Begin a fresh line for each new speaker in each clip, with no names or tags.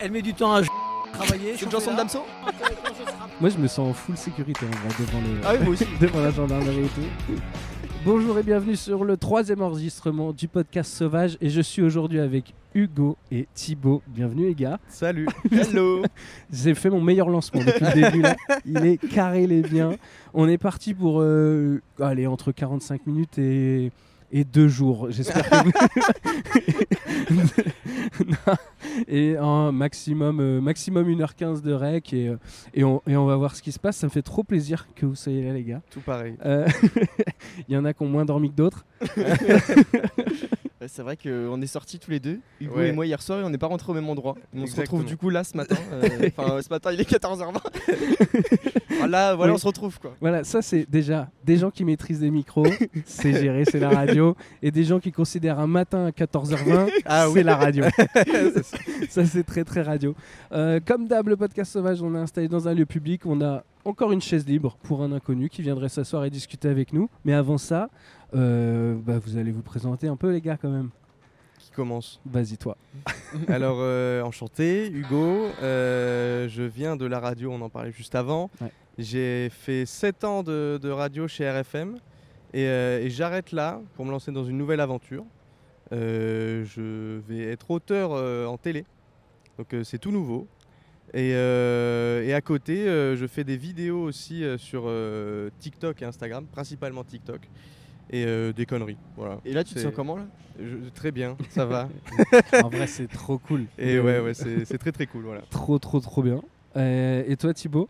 Elle met du temps à travailler.
C'est une chanson de Damso
Moi, je me sens en full sécurité en vrai, devant, le...
Ah oui, moi aussi.
devant la gendarmerie et tout. Bonjour et bienvenue sur le troisième enregistrement du podcast Sauvage. Et je suis aujourd'hui avec Hugo et Thibaut. Bienvenue, les gars.
Salut.
Hello
J'ai fait mon meilleur lancement depuis le début. Là. Il est carré, les biens. On est parti pour euh, allez, entre 45 minutes et. Et deux jours, j'espère que vous... Non. Et un maximum, euh, maximum 1h15 de rec et, euh, et, on, et on va voir ce qui se passe. Ça me fait trop plaisir que vous soyez là les gars.
Tout pareil.
Euh, Il y en a qui ont moins dormi que d'autres.
Ouais, C'est vrai qu'on est sortis tous les deux, Hugo
Ouais.
et moi hier soir, et on n'est pas rentrés au même endroit. Mais on se retrouve
Exactement.
du coup là ce matin. euh, Enfin, euh, ce matin il est 14h20. Ah, là, voilà,
Oui.
on se retrouve quoi.
Voilà, ça c'est déjà des gens qui maîtrisent des micros, c'est géré, c'est la radio, et des gens qui considèrent un matin à 14h20,
Ah
c'est
oui.
la radio. ça c'est très très radio. Euh, comme d'hab, le podcast sauvage, on l'a installé dans un lieu public, on a encore une chaise libre pour un inconnu qui viendrait s'asseoir et discuter avec nous. Mais avant ça, euh, bah, vous allez vous présenter un peu les gars quand même.
Qui commence
Vas-y toi.
Alors, euh, enchanté, Hugo. Euh, je viens de la radio, on en parlait juste avant.
Ouais.
J'ai fait 7 ans de, de radio chez RFM. Et, euh, et j'arrête là pour me lancer dans une nouvelle aventure. Euh, je vais être auteur euh, en télé. Donc, euh, c'est tout nouveau. Et, euh, et à côté, euh, je fais des vidéos aussi euh, sur euh, TikTok et Instagram, principalement TikTok. Et euh, des conneries. Voilà.
Et là, tu te
C'est-
sens comment là
Je- très bien, ça va.
En vrai c'est trop cool.
Et ouais, ouais, c'est c'est très très cool, voilà.
Trop trop trop bien. Euh, et toi Thibaut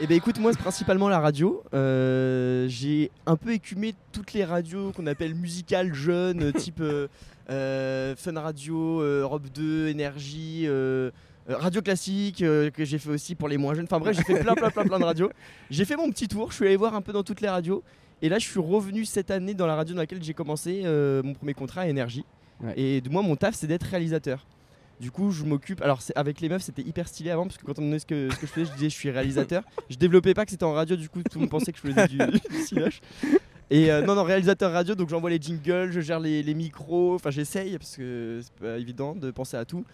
Eh ben écoute, moi c'est principalement la radio. Euh, j'ai un peu écumé toutes les radios qu'on appelle musicales jeunes, euh, type euh, euh, Fun Radio, euh, Europe 2, Énergie, euh, euh, Radio Classique, euh, que j'ai fait aussi pour les moins jeunes. Enfin bref, j'ai fait plein, plein, plein, plein de radios. J'ai fait mon petit tour, je suis allé voir un peu dans toutes les radios. Et là, je suis revenu cette année dans la radio dans laquelle j'ai commencé euh, mon premier contrat à Énergie.
Ouais.
Et de moi, mon taf, c'est d'être réalisateur. Du coup, je m'occupe. Alors, c'est- avec les meufs, c'était hyper stylé avant, parce que quand on me demandait ce que, ce que je faisais, je disais je suis réalisateur. Je développais pas que c'était en radio, du coup, tout le monde pensait que je faisais du, du siloche. Et euh, non, non, réalisateur radio, donc j'envoie les jingles, je gère les, les micros, enfin j'essaye, parce que c'est pas évident de penser à tout.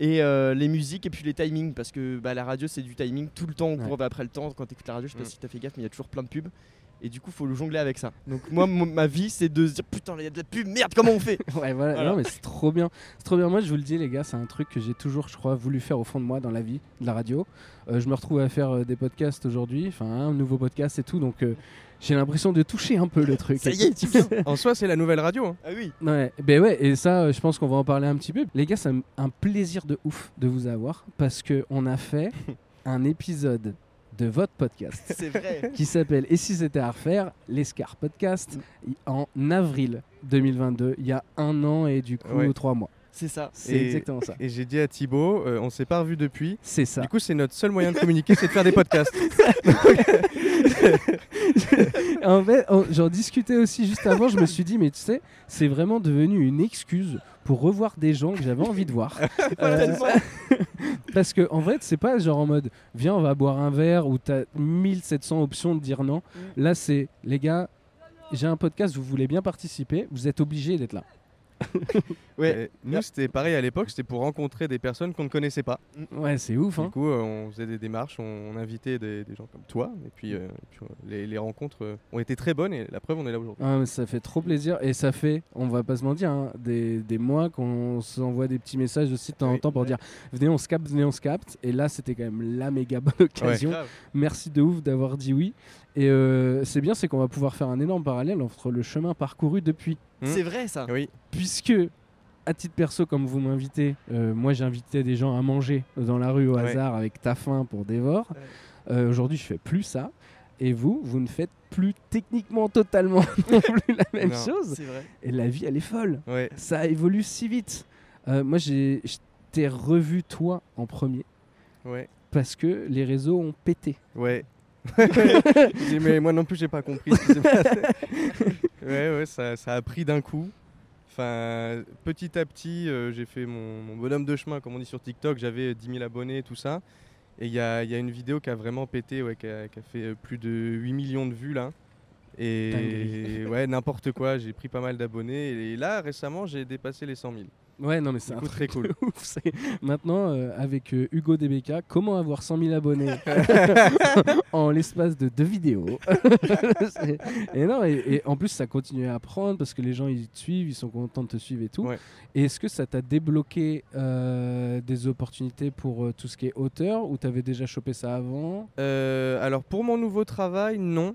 Et euh, les musiques, et puis les timings, parce que bah, la radio, c'est du timing tout le temps, on
Ouais.
court après le temps. Quand t'écoutes la radio, je sais pas
Mm.
si t'as fait gaffe, mais il y a toujours plein de pubs. Et du coup, faut le jongler avec ça. Donc, moi, mon- ma vie, c'est de se dire putain, il y a de la pub, merde, comment on fait
Ouais, voilà.
Voilà.
Non, mais c'est trop bien. C'est trop bien. Moi, je vous le dis, les gars, c'est un truc que j'ai toujours, je crois, voulu faire au fond de moi dans la vie, de la radio. Euh, je me retrouve à faire euh, des podcasts aujourd'hui, enfin, un nouveau podcast et tout. Donc, euh, j'ai l'impression de toucher un peu le truc.
Ça y est, tu viens
En soi, c'est la nouvelle radio. hein.
Ah oui
Ouais, ben ouais, et ça, euh, je pense qu'on va en parler un petit peu. Les gars, c'est un- un plaisir de ouf de vous avoir parce que on a fait un épisode de votre podcast
C'est vrai.
qui s'appelle Et si c'était à refaire, l'Escar Podcast,
Mm.
en avril 2022, il y a un an et du coup
Ouais.
trois mois.
C'est ça.
C'est
Et-
exactement ça.
Et j'ai dit à Thibaut, euh, on s'est pas revu depuis.
C'est ça.
Du coup, c'est notre seul moyen de communiquer, c'est de faire des podcasts.
En fait, en- j'en discutais aussi juste avant. Je me suis dit, mais tu sais, c'est vraiment devenu une excuse pour revoir des gens que j'avais envie de voir. Euh, parce que en vrai, c'est pas genre en mode, viens, on va boire un verre où t'as 1700 options de dire non. Là, c'est, les gars, j'ai un podcast, vous voulez bien participer, vous êtes obligés d'être là.
Ouais.
Et Nous, c'était pareil à l'époque, c'était pour rencontrer des personnes qu'on ne connaissait pas.
Ouais, c'est ouf, hein.
Du coup, euh, on faisait des démarches, on, on invitait des, des gens comme toi. Et puis, euh, et puis, euh, les, les rencontres euh, ont été très bonnes et la preuve, on est là aujourd'hui.
Ah, mais ça fait trop plaisir et ça fait, on va pas se mentir, hein, des, des mois qu'on s'envoie des petits messages aussi de temps en
Oui.
temps pour dire venez on se capte, venez on se capte. Et là c'était quand même la méga bonne occasion.
Grave.
Merci de ouf d'avoir dit oui. Et euh, c'est bien, c'est qu'on va pouvoir faire un énorme parallèle entre le chemin parcouru depuis.
C'est vrai ça.
Oui,
Puisque, à titre perso, comme vous m'invitez, euh, moi j'invitais des gens à manger dans la rue au
Ouais.
hasard avec ta faim pour dévore. Euh, Aujourd'hui je fais plus ça. Et vous, vous ne faites plus techniquement totalement non plus la même
Non.
chose.
C'est vrai.
Et la vie, elle est folle.
ouais.
Ça évolue si vite. Euh, moi, j'ai, je t'ai revu toi en premier
Ouais.
parce que les réseaux ont pété.
Ouais. J'ai dit, mais moi non plus, j'ai pas compris ce qui s'est passé. ouais, ouais, ça, ça a pris d'un coup. Enfin, petit à petit, euh, j'ai fait mon, mon bonhomme de chemin, comme on dit sur TikTok. J'avais 10 000 abonnés, tout ça. Et il y a, il y a une vidéo qui a vraiment pété, ouais, qui, a, qui a fait euh, plus de 8 millions de vues là. Et
Dinguerie.
ouais, n'importe quoi, j'ai pris pas mal d'abonnés. Et là, récemment, j'ai dépassé les 100 000.
Ouais, non, mais c'est
Du
un
coup,
truc
très cool.
ouf. c'est- Maintenant, euh, avec euh, Hugo DBK, comment avoir 100 000 abonnés en l'espace de deux vidéos C'est- Et non, et, et en plus, ça continue à apprendre parce que les gens, ils te suivent, ils sont contents de te suivre et tout.
Ouais.
Et est-ce que ça t'a débloqué euh, des opportunités pour euh, tout ce qui est auteur ou t'avais déjà chopé ça avant
Euh, alors pour mon nouveau travail, non.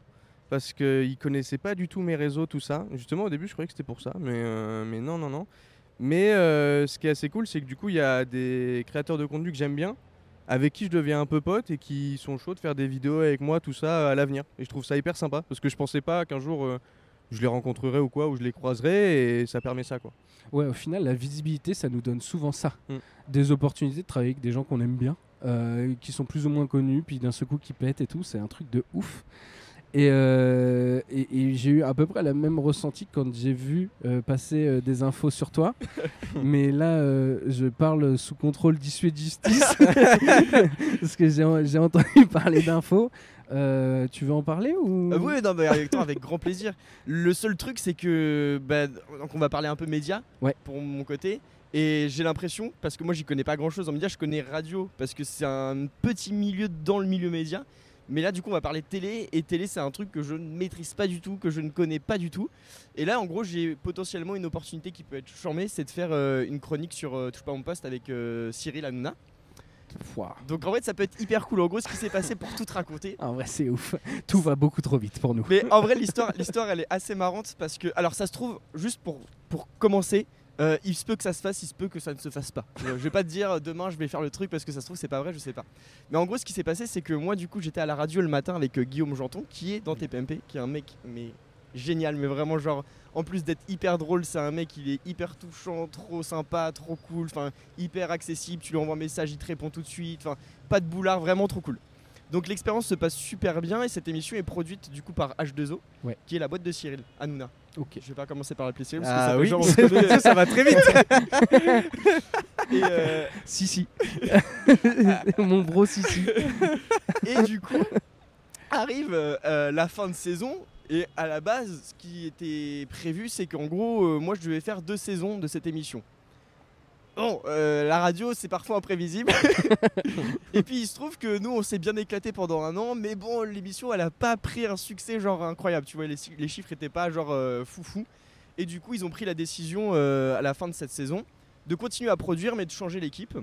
Parce qu'ils connaissaient pas du tout mes réseaux, tout ça. Justement, au début, je croyais que c'était pour ça. Mais, euh, mais non, non, non. Mais euh, ce qui est assez cool, c'est que du coup, il y a des créateurs de contenu que j'aime bien, avec qui je deviens un peu pote et qui sont chauds de faire des vidéos avec moi, tout ça à l'avenir. Et je trouve ça hyper sympa. Parce que je pensais pas qu'un jour, euh, je les rencontrerais ou quoi, ou je les croiserais. Et ça permet ça, quoi.
Ouais, au final, la visibilité, ça nous donne souvent ça.
Mm.
Des opportunités de travailler avec des gens qu'on aime bien, euh, qui sont plus ou moins connus, puis d'un seul coup qui pètent et tout, c'est un truc de ouf. Et, euh, et- et j'ai eu à peu près la même ressenti que quand j'ai vu euh, passer euh, des infos sur toi. Mais là, euh, je parle sous contrôle d'issue et de justice, parce que j'ai en- j'ai entendu parler d'infos. Euh, tu veux en parler ou
Euh, oui, non, mais avec toi, avec grand plaisir. Le seul truc, c'est que. bah, donc, on va parler un peu média
Ouais.
pour mon côté. Et j'ai l'impression, parce que moi, j'y connais pas grand chose en média, je connais radio, parce que c'est un petit milieu dans le milieu média. Mais là, du coup, on va parler de télé. Et télé, c'est un truc que je ne maîtrise pas du tout, que je ne connais pas du tout. Et là, en gros, j'ai potentiellement une opportunité qui peut être charmée c'est de faire euh, une chronique sur euh, Touche pas à mon poste avec euh, Cyril Hanouna.
Pouah.
Donc, en fait, ça peut être hyper cool. En gros, ce qui s'est passé pour tout te raconter,
En vrai, c'est ouf. Tout va beaucoup trop vite pour nous.
Mais en vrai, l'histoire, l'histoire, elle est assez marrante parce que, alors, ça se trouve, juste pour, pour commencer, euh, il se peut que ça se fasse, il se peut que ça ne se fasse pas. Je, je vais pas te dire euh, demain je vais faire le truc parce que ça se trouve c'est pas vrai, je sais pas. Mais en gros, ce qui s'est passé, c'est que moi, du coup, j'étais à la radio le matin avec euh, Guillaume Janton qui est dans TPMP, qui est un mec, mais génial, mais vraiment genre, en plus d'être hyper drôle, c'est un mec, il est hyper touchant, trop sympa, trop cool, enfin, hyper accessible. Tu lui envoies un message, il te répond tout de suite, enfin, pas de boulard, vraiment trop cool. Donc l'expérience se passe super bien et cette émission est produite du coup par H2O,
Ouais.
qui est la boîte de Cyril, Hanouna.
Ok.
Je vais pas commencer par l'appeler Cyril parce que ça
Ah
fait
oui,
genre, on se connaît.
ça va très vite.
Et, euh,
Si, si. Mon bro, si, si.
Et du coup, arrive euh, euh, la fin de saison. Et à la base, ce qui était prévu, c'est qu'en gros, euh, moi, je devais faire deux saisons de cette émission. Bon, euh, la radio, c'est parfois imprévisible. et puis, il se trouve que nous, on s'est bien éclaté pendant un an. Mais bon, l'émission, elle a pas pris un succès genre incroyable. Tu vois, les, chi- les chiffres étaient pas genre euh, foufou. Et du coup, ils ont pris la décision euh, à la fin de cette saison de continuer à produire, mais de changer l'équipe.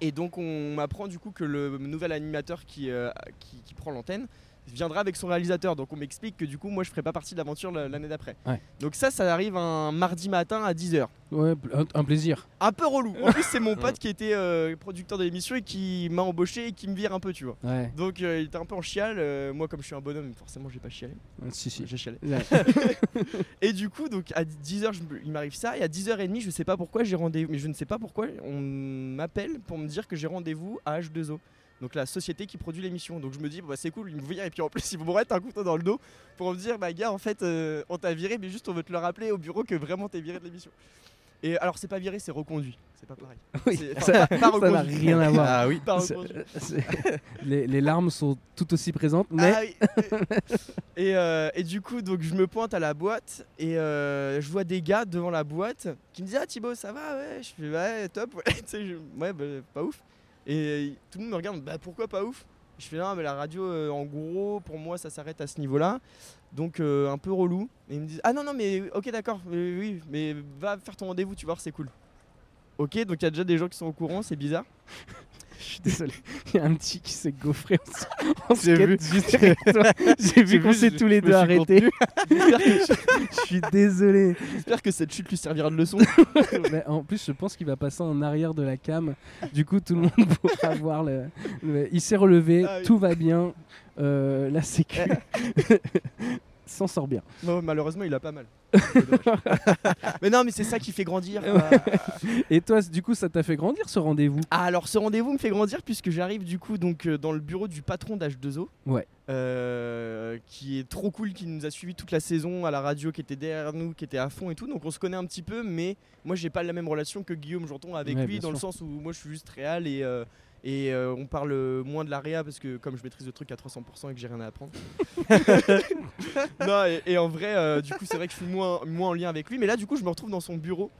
Et donc on apprend du coup que le nouvel animateur qui, euh, qui, qui prend l'antenne viendra avec son réalisateur. Donc on m'explique que du coup moi je ferai pas partie de l'aventure la- l'année d'après.
Ouais.
Donc ça ça arrive un mardi matin à 10h.
Ouais, pl- un, un plaisir.
Un peu relou. En plus c'est mon pote qui était euh, producteur de l'émission et qui m'a embauché et qui me vire un peu tu vois.
Ouais,
Donc euh, il était un peu en chiale. Euh, moi comme je suis un bonhomme forcément j'ai pas chialé.
si, si.
J'ai chialé.
Ouais.
Et du coup, donc à 10h, je me- il m'arrive ça. Et à 10h30, je sais pas pourquoi, j'ai rendez-vous. Mais je ne sais pas pourquoi, on m'appelle pour me dire que j'ai rendez-vous à H2O. Donc la société qui produit l'émission. Donc je me dis, bah, c'est cool, ils me virent. Et puis en plus, ils vont me mettre un couteau dans le dos pour me dire, bah gars, en fait, euh, on t'a viré, mais juste on veut te le rappeler au bureau que vraiment t'es viré de l'émission. Et alors, c'est pas viré, c'est reconduit. C'est pas pareil.
Oui,
C'est- enfin, pas-
ça
pas
ça n'a
reconduit.
rien à voir.
Ah oui.
Pas
C'est-
reconduit.
c'est- les, les larmes sont tout aussi présentes, mais
Ah oui. et, euh, et du coup, donc je me pointe à la boîte et euh, je vois des gars devant la boîte qui me disent Ah Thibaut, ça va Ouais, je fais Ouais, top. Ouais, Tu sais, je- ouais bah, pas ouf. Et tout le monde me regarde Bah pourquoi pas ouf Je fais Non, mais la radio, euh, en gros, pour moi, ça s'arrête à ce niveau-là. Donc euh, un peu relou. Et ils me disent Ah non, non, mais ok, d'accord, oui, oui, mais va faire ton rendez-vous, tu vas voir, c'est cool. Ok, donc il y a déjà des gens qui sont au courant, c'est bizarre.
je suis désolé. Il y a un petit qui s'est gaufré. On se- On se
J'ai
quête
vu.
juste avec toi. J'ai vu
J'ai
qu'on
vu,
s'est
je-
tous les
je
deux
me suis
arrêtés.
J'espère que-
Je suis désolé.
j'espère que cette chute lui servira de leçon.
Mais en plus, je pense qu'il va passer en arrière de la cam. Du coup, tout le monde pourra voir le. le- Il s'est relevé,
Ah oui.
tout va bien. Euh, la sécu s'en sort bien.
Non, malheureusement, il a pas mal. C'est dommage. mais non, mais c'est ça qui fait grandir. euh, quoi.
Et toi, c- du coup, ça t'a fait grandir ce rendez-vous
Ah, alors, ce rendez-vous me fait grandir puisque j'arrive du coup donc euh, dans le bureau du patron d'H2O.
Ouais.
Euh, qui est trop cool, qui nous a suivis toute la saison à la radio, qui était derrière nous, qui était à fond et tout. Donc on se connaît un petit peu, mais moi j'ai pas la même relation que Guillaume Janton avec
Ouais,
lui,
bien
dans le sens où moi je suis juste réal et, euh, et euh, on parle moins de la réa parce que comme je maîtrise le truc à 300% et que j'ai rien à apprendre. non, et, et en vrai, euh, du coup, c'est vrai que je suis moins, moins en lien avec lui, mais là, du coup, je me retrouve dans son bureau.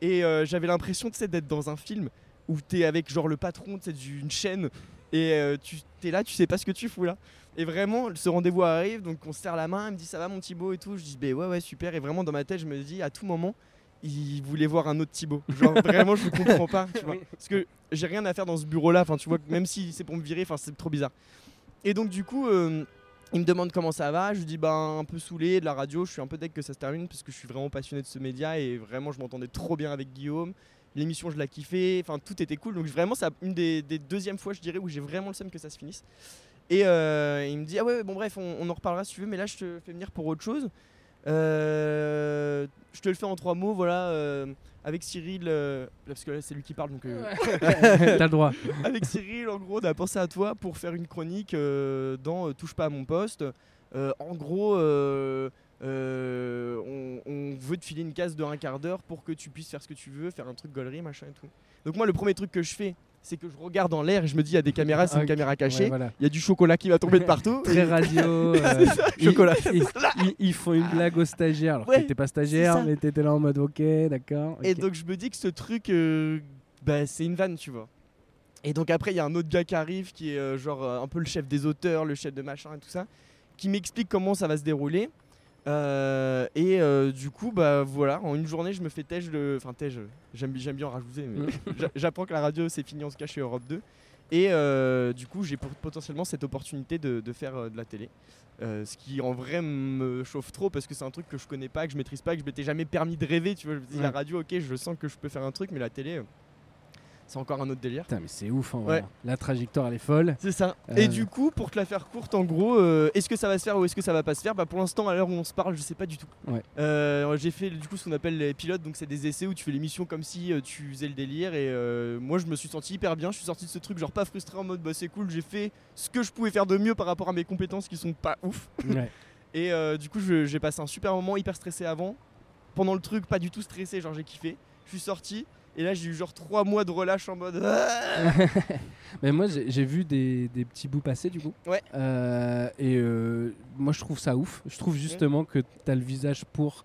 Et euh, j'avais l'impression tu sais, d'être dans un film où t'es avec genre le patron tu sais, d'une chaîne et euh, tu t'es là, tu sais pas ce que tu fous là. Et vraiment, ce rendez-vous arrive, donc on se serre la main, il me dit ça va mon Thibaut et tout. Je dis bah ouais ouais super. Et vraiment dans ma tête, je me dis à tout moment, il voulait voir un autre Thibaut. Genre vraiment, je ne comprends pas. Tu vois.
Oui.
Parce que j'ai rien à faire dans ce bureau là. Enfin tu vois, même si c'est pour me virer, enfin c'est trop bizarre. Et donc du coup. euh, il me demande comment ça va, je lui dis ben un peu saoulé de la radio, je suis un peu deg que ça se termine parce que je suis vraiment passionné de ce média et vraiment je m'entendais trop bien avec Guillaume. L'émission je la kiffais, enfin tout était cool. Donc vraiment c'est une des, des deuxièmes fois je dirais où j'ai vraiment le seum que ça se finisse. Et euh, il me dit ah ouais ouais, bon bref on, on en reparlera si tu veux mais là je te fais venir pour autre chose. Euh, je te le fais en trois mots voilà euh, avec Cyril euh, parce que là c'est lui qui parle donc euh,
T'as le droit.
avec Cyril, en gros, on a pensé à toi pour faire une chronique euh, dans euh, Touche pas à mon poste. Euh, en gros, euh, euh, on, on veut te filer une case de un quart d'heure pour que tu puisses faire ce que tu veux, faire un truc gaulerie, machin et tout. Donc moi, le premier truc que je fais, c'est que je regarde en l'air et je me dis, il y a des caméras, c'est
Ah, Ok,
une caméra
Ouais,
cachée.
voilà.
Il y a du chocolat qui va tomber de partout.
Très radio. euh, ils-
Chocolat.
Ils, ils- ils font une blague aux stagiaires alors
Ouais,
que t'étais pas
c'est
stagiaire,
ça.
mais t'étais là en mode ok, d'accord.
Et
ok.
donc je me dis que ce truc, euh, bah, c'est une vanne, tu vois. Et donc après, il y a un autre gars qui arrive, qui est euh, genre euh, un peu le chef des auteurs, le chef de machin et tout ça, qui m'explique comment ça va se dérouler. Euh, et euh, du coup, bah voilà, en une journée, je me fais tège le. Enfin, tège, j'aime bi- j'aime bien en rajouter, mais j'a- j'apprends que la radio, c'est fini en tout cas chez Europe 2. Et euh, du coup, j'ai pot- potentiellement cette opportunité de, de faire euh, de la télé. Euh, ce qui en vrai me chauffe trop parce que c'est un truc que je connais pas, que je maîtrise pas, que je m'étais jamais permis de rêver. Tu vois, je me dis, la
Ouais.
radio, ok, je sens que je peux faire un truc, mais la télé, euh, c'est encore un autre délire.
Putain, mais c'est ouf en
Ouais.
vrai. hein. La trajectoire elle est folle.
C'est ça.
Euh.
Et du coup, pour te la faire courte, en gros, euh, est-ce que ça va se faire ou est-ce que ça va pas se faire Bah pour l'instant, à l'heure où on se parle, je sais pas du tout.
Ouais.
Euh, J'ai fait du coup ce qu'on appelle les pilotes, donc c'est des essais où tu fais l'émission comme si euh, tu faisais le délire. Et euh, moi, je me suis senti hyper bien. Je suis sorti de ce truc genre pas frustré en mode bah c'est cool, j'ai fait ce que je pouvais faire de mieux par rapport à mes compétences qui sont pas ouf.
Ouais.
Et euh, du coup, je- j'ai passé un super moment, hyper stressé avant. Pendant le truc, pas du tout stressé, genre j'ai kiffé. Je suis sorti et là j'ai eu genre 3 mois de relâche en mode. Ah
Mais moi j'ai j'ai vu des, des petits bouts passer du coup.
Ouais.
Euh, et euh, moi je trouve ça ouf. Je trouve justement que t'as le visage pour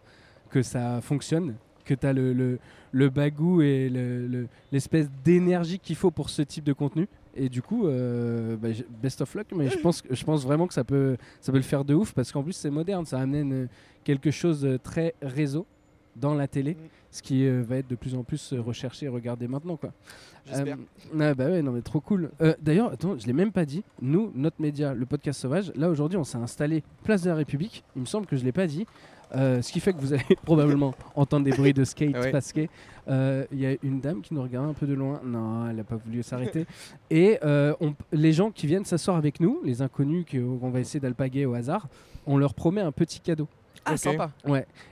que ça fonctionne, que t'as le, le, le bagou et le- le- l'espèce d'énergie qu'il faut pour ce type de contenu. Et du coup, euh, bah, j- best of luck, mais je pense, je pense vraiment que ça peut, ça peut le faire de ouf parce qu'en plus c'est moderne, ça amène euh, quelque chose de très réseau dans la télé,
Mm.
ce qui euh, va être de plus en plus euh, recherché et regardé maintenant. Quoi.
J'espère.
Euh, ah bah ouais, non mais trop cool. Euh, D'ailleurs, attends, je l'ai même pas dit. Nous, notre média, le podcast sauvage, là aujourd'hui, on s'est installé place de la République. Il me semble que je l'ai pas dit. Euh, ce qui fait que vous allez probablement entendre des bruits de skate
Ah ouais.
parce que euh, il y a une dame qui nous regarde un peu de loin. Non, elle a pas voulu s'arrêter. Et euh, on- les gens qui viennent s'asseoir avec nous, les inconnus que- qu'on va essayer d'alpaguer au hasard, on leur promet un petit cadeau.
Ah,
Ok.
sympa.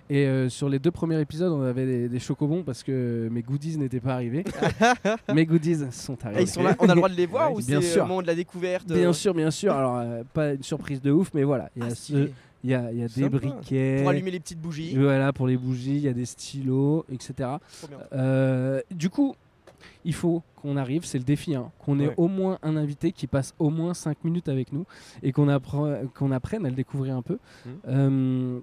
Et euh, sur les deux premiers épisodes, on avait des, des chocobons parce que mes goodies n'étaient pas arrivés. mes goodies sont
Et
arrivés.
ils sont là, on a le droit de les voir
Euh, Ouais,
ou c'est
bien
euh,
sûr.
le moment de la découverte euh,
Bien sûr, bien sûr. Alors, euh, pas une surprise de ouf, mais voilà. Il y a,
ah,
ce-
stylé.
il y a- il y a des
Sympa.
briquets.
Pour allumer les petites bougies.
Voilà, pour les bougies, il y a des stylos, etc.
Trop bien.
Euh, du coup, il faut qu'on arrive, c'est le défi, hein, qu'on ait
Ouais.
au moins un invité qui passe au moins 5 minutes avec nous et qu'on appre- qu'on apprenne à le découvrir un peu.
Mmh.
Mhm.
Euh,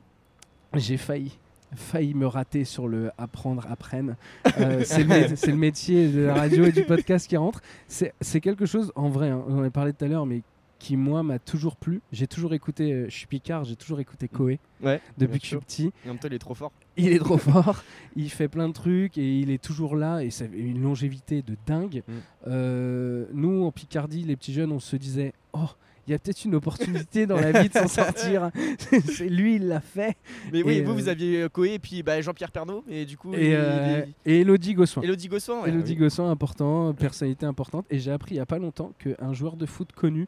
J'ai failli failli me rater sur le apprendre apprenne Euh, c'est le, mé- c'est le métier de la radio et du podcast qui rentre c'est c'est quelque chose en vrai hein, on en a parlé tout à l'heure mais qui moi m'a toujours plu j'ai toujours écouté euh, je suis Picard j'ai toujours écouté Coé
Ouais,
depuis
Mmh. bien
que je suis
sûr.
petit
Et en même temps, il est trop fort.
il est trop fort, il fait plein de trucs et il est toujours là et ça a une longévité de dingue.
Mm.
Euh, nous, en Picardie, les petits jeunes, on se disait Oh, il y a peut-être une opportunité dans la vie de s'en sortir. hein. C'est lui, il l'a fait.
Mais oui,
Et,
vous,
euh,
vous aviez euh, Coé et puis bah, Jean-Pierre Pernaut. Et du coup,
Et, euh, et Elodie Gossuin.
Elodie Gossuin. ouais. Ah
Elodie Gossuin, important, personnalité importante. Et j'ai appris il n'y a pas longtemps qu'un joueur de foot connu.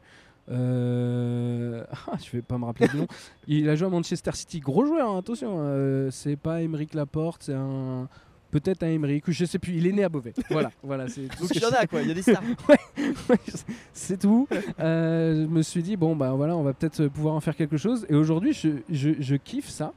euh, ah, je vais pas me rappeler du nom. Il a joué à Manchester City, gros joueur. hein, attention, euh, c'est pas Émeric Laporte, c'est un peut-être un Émeric. ou Je sais plus. Il est né à Beauvais. Voilà, voilà. C'est tout
Donc
ce que
il y en a quoi, il y a des stars.
c'est tout. Euh, je me suis dit, bon, bah voilà, on va peut-être pouvoir en faire quelque chose. Et aujourd'hui, je, je, je kiffe ça.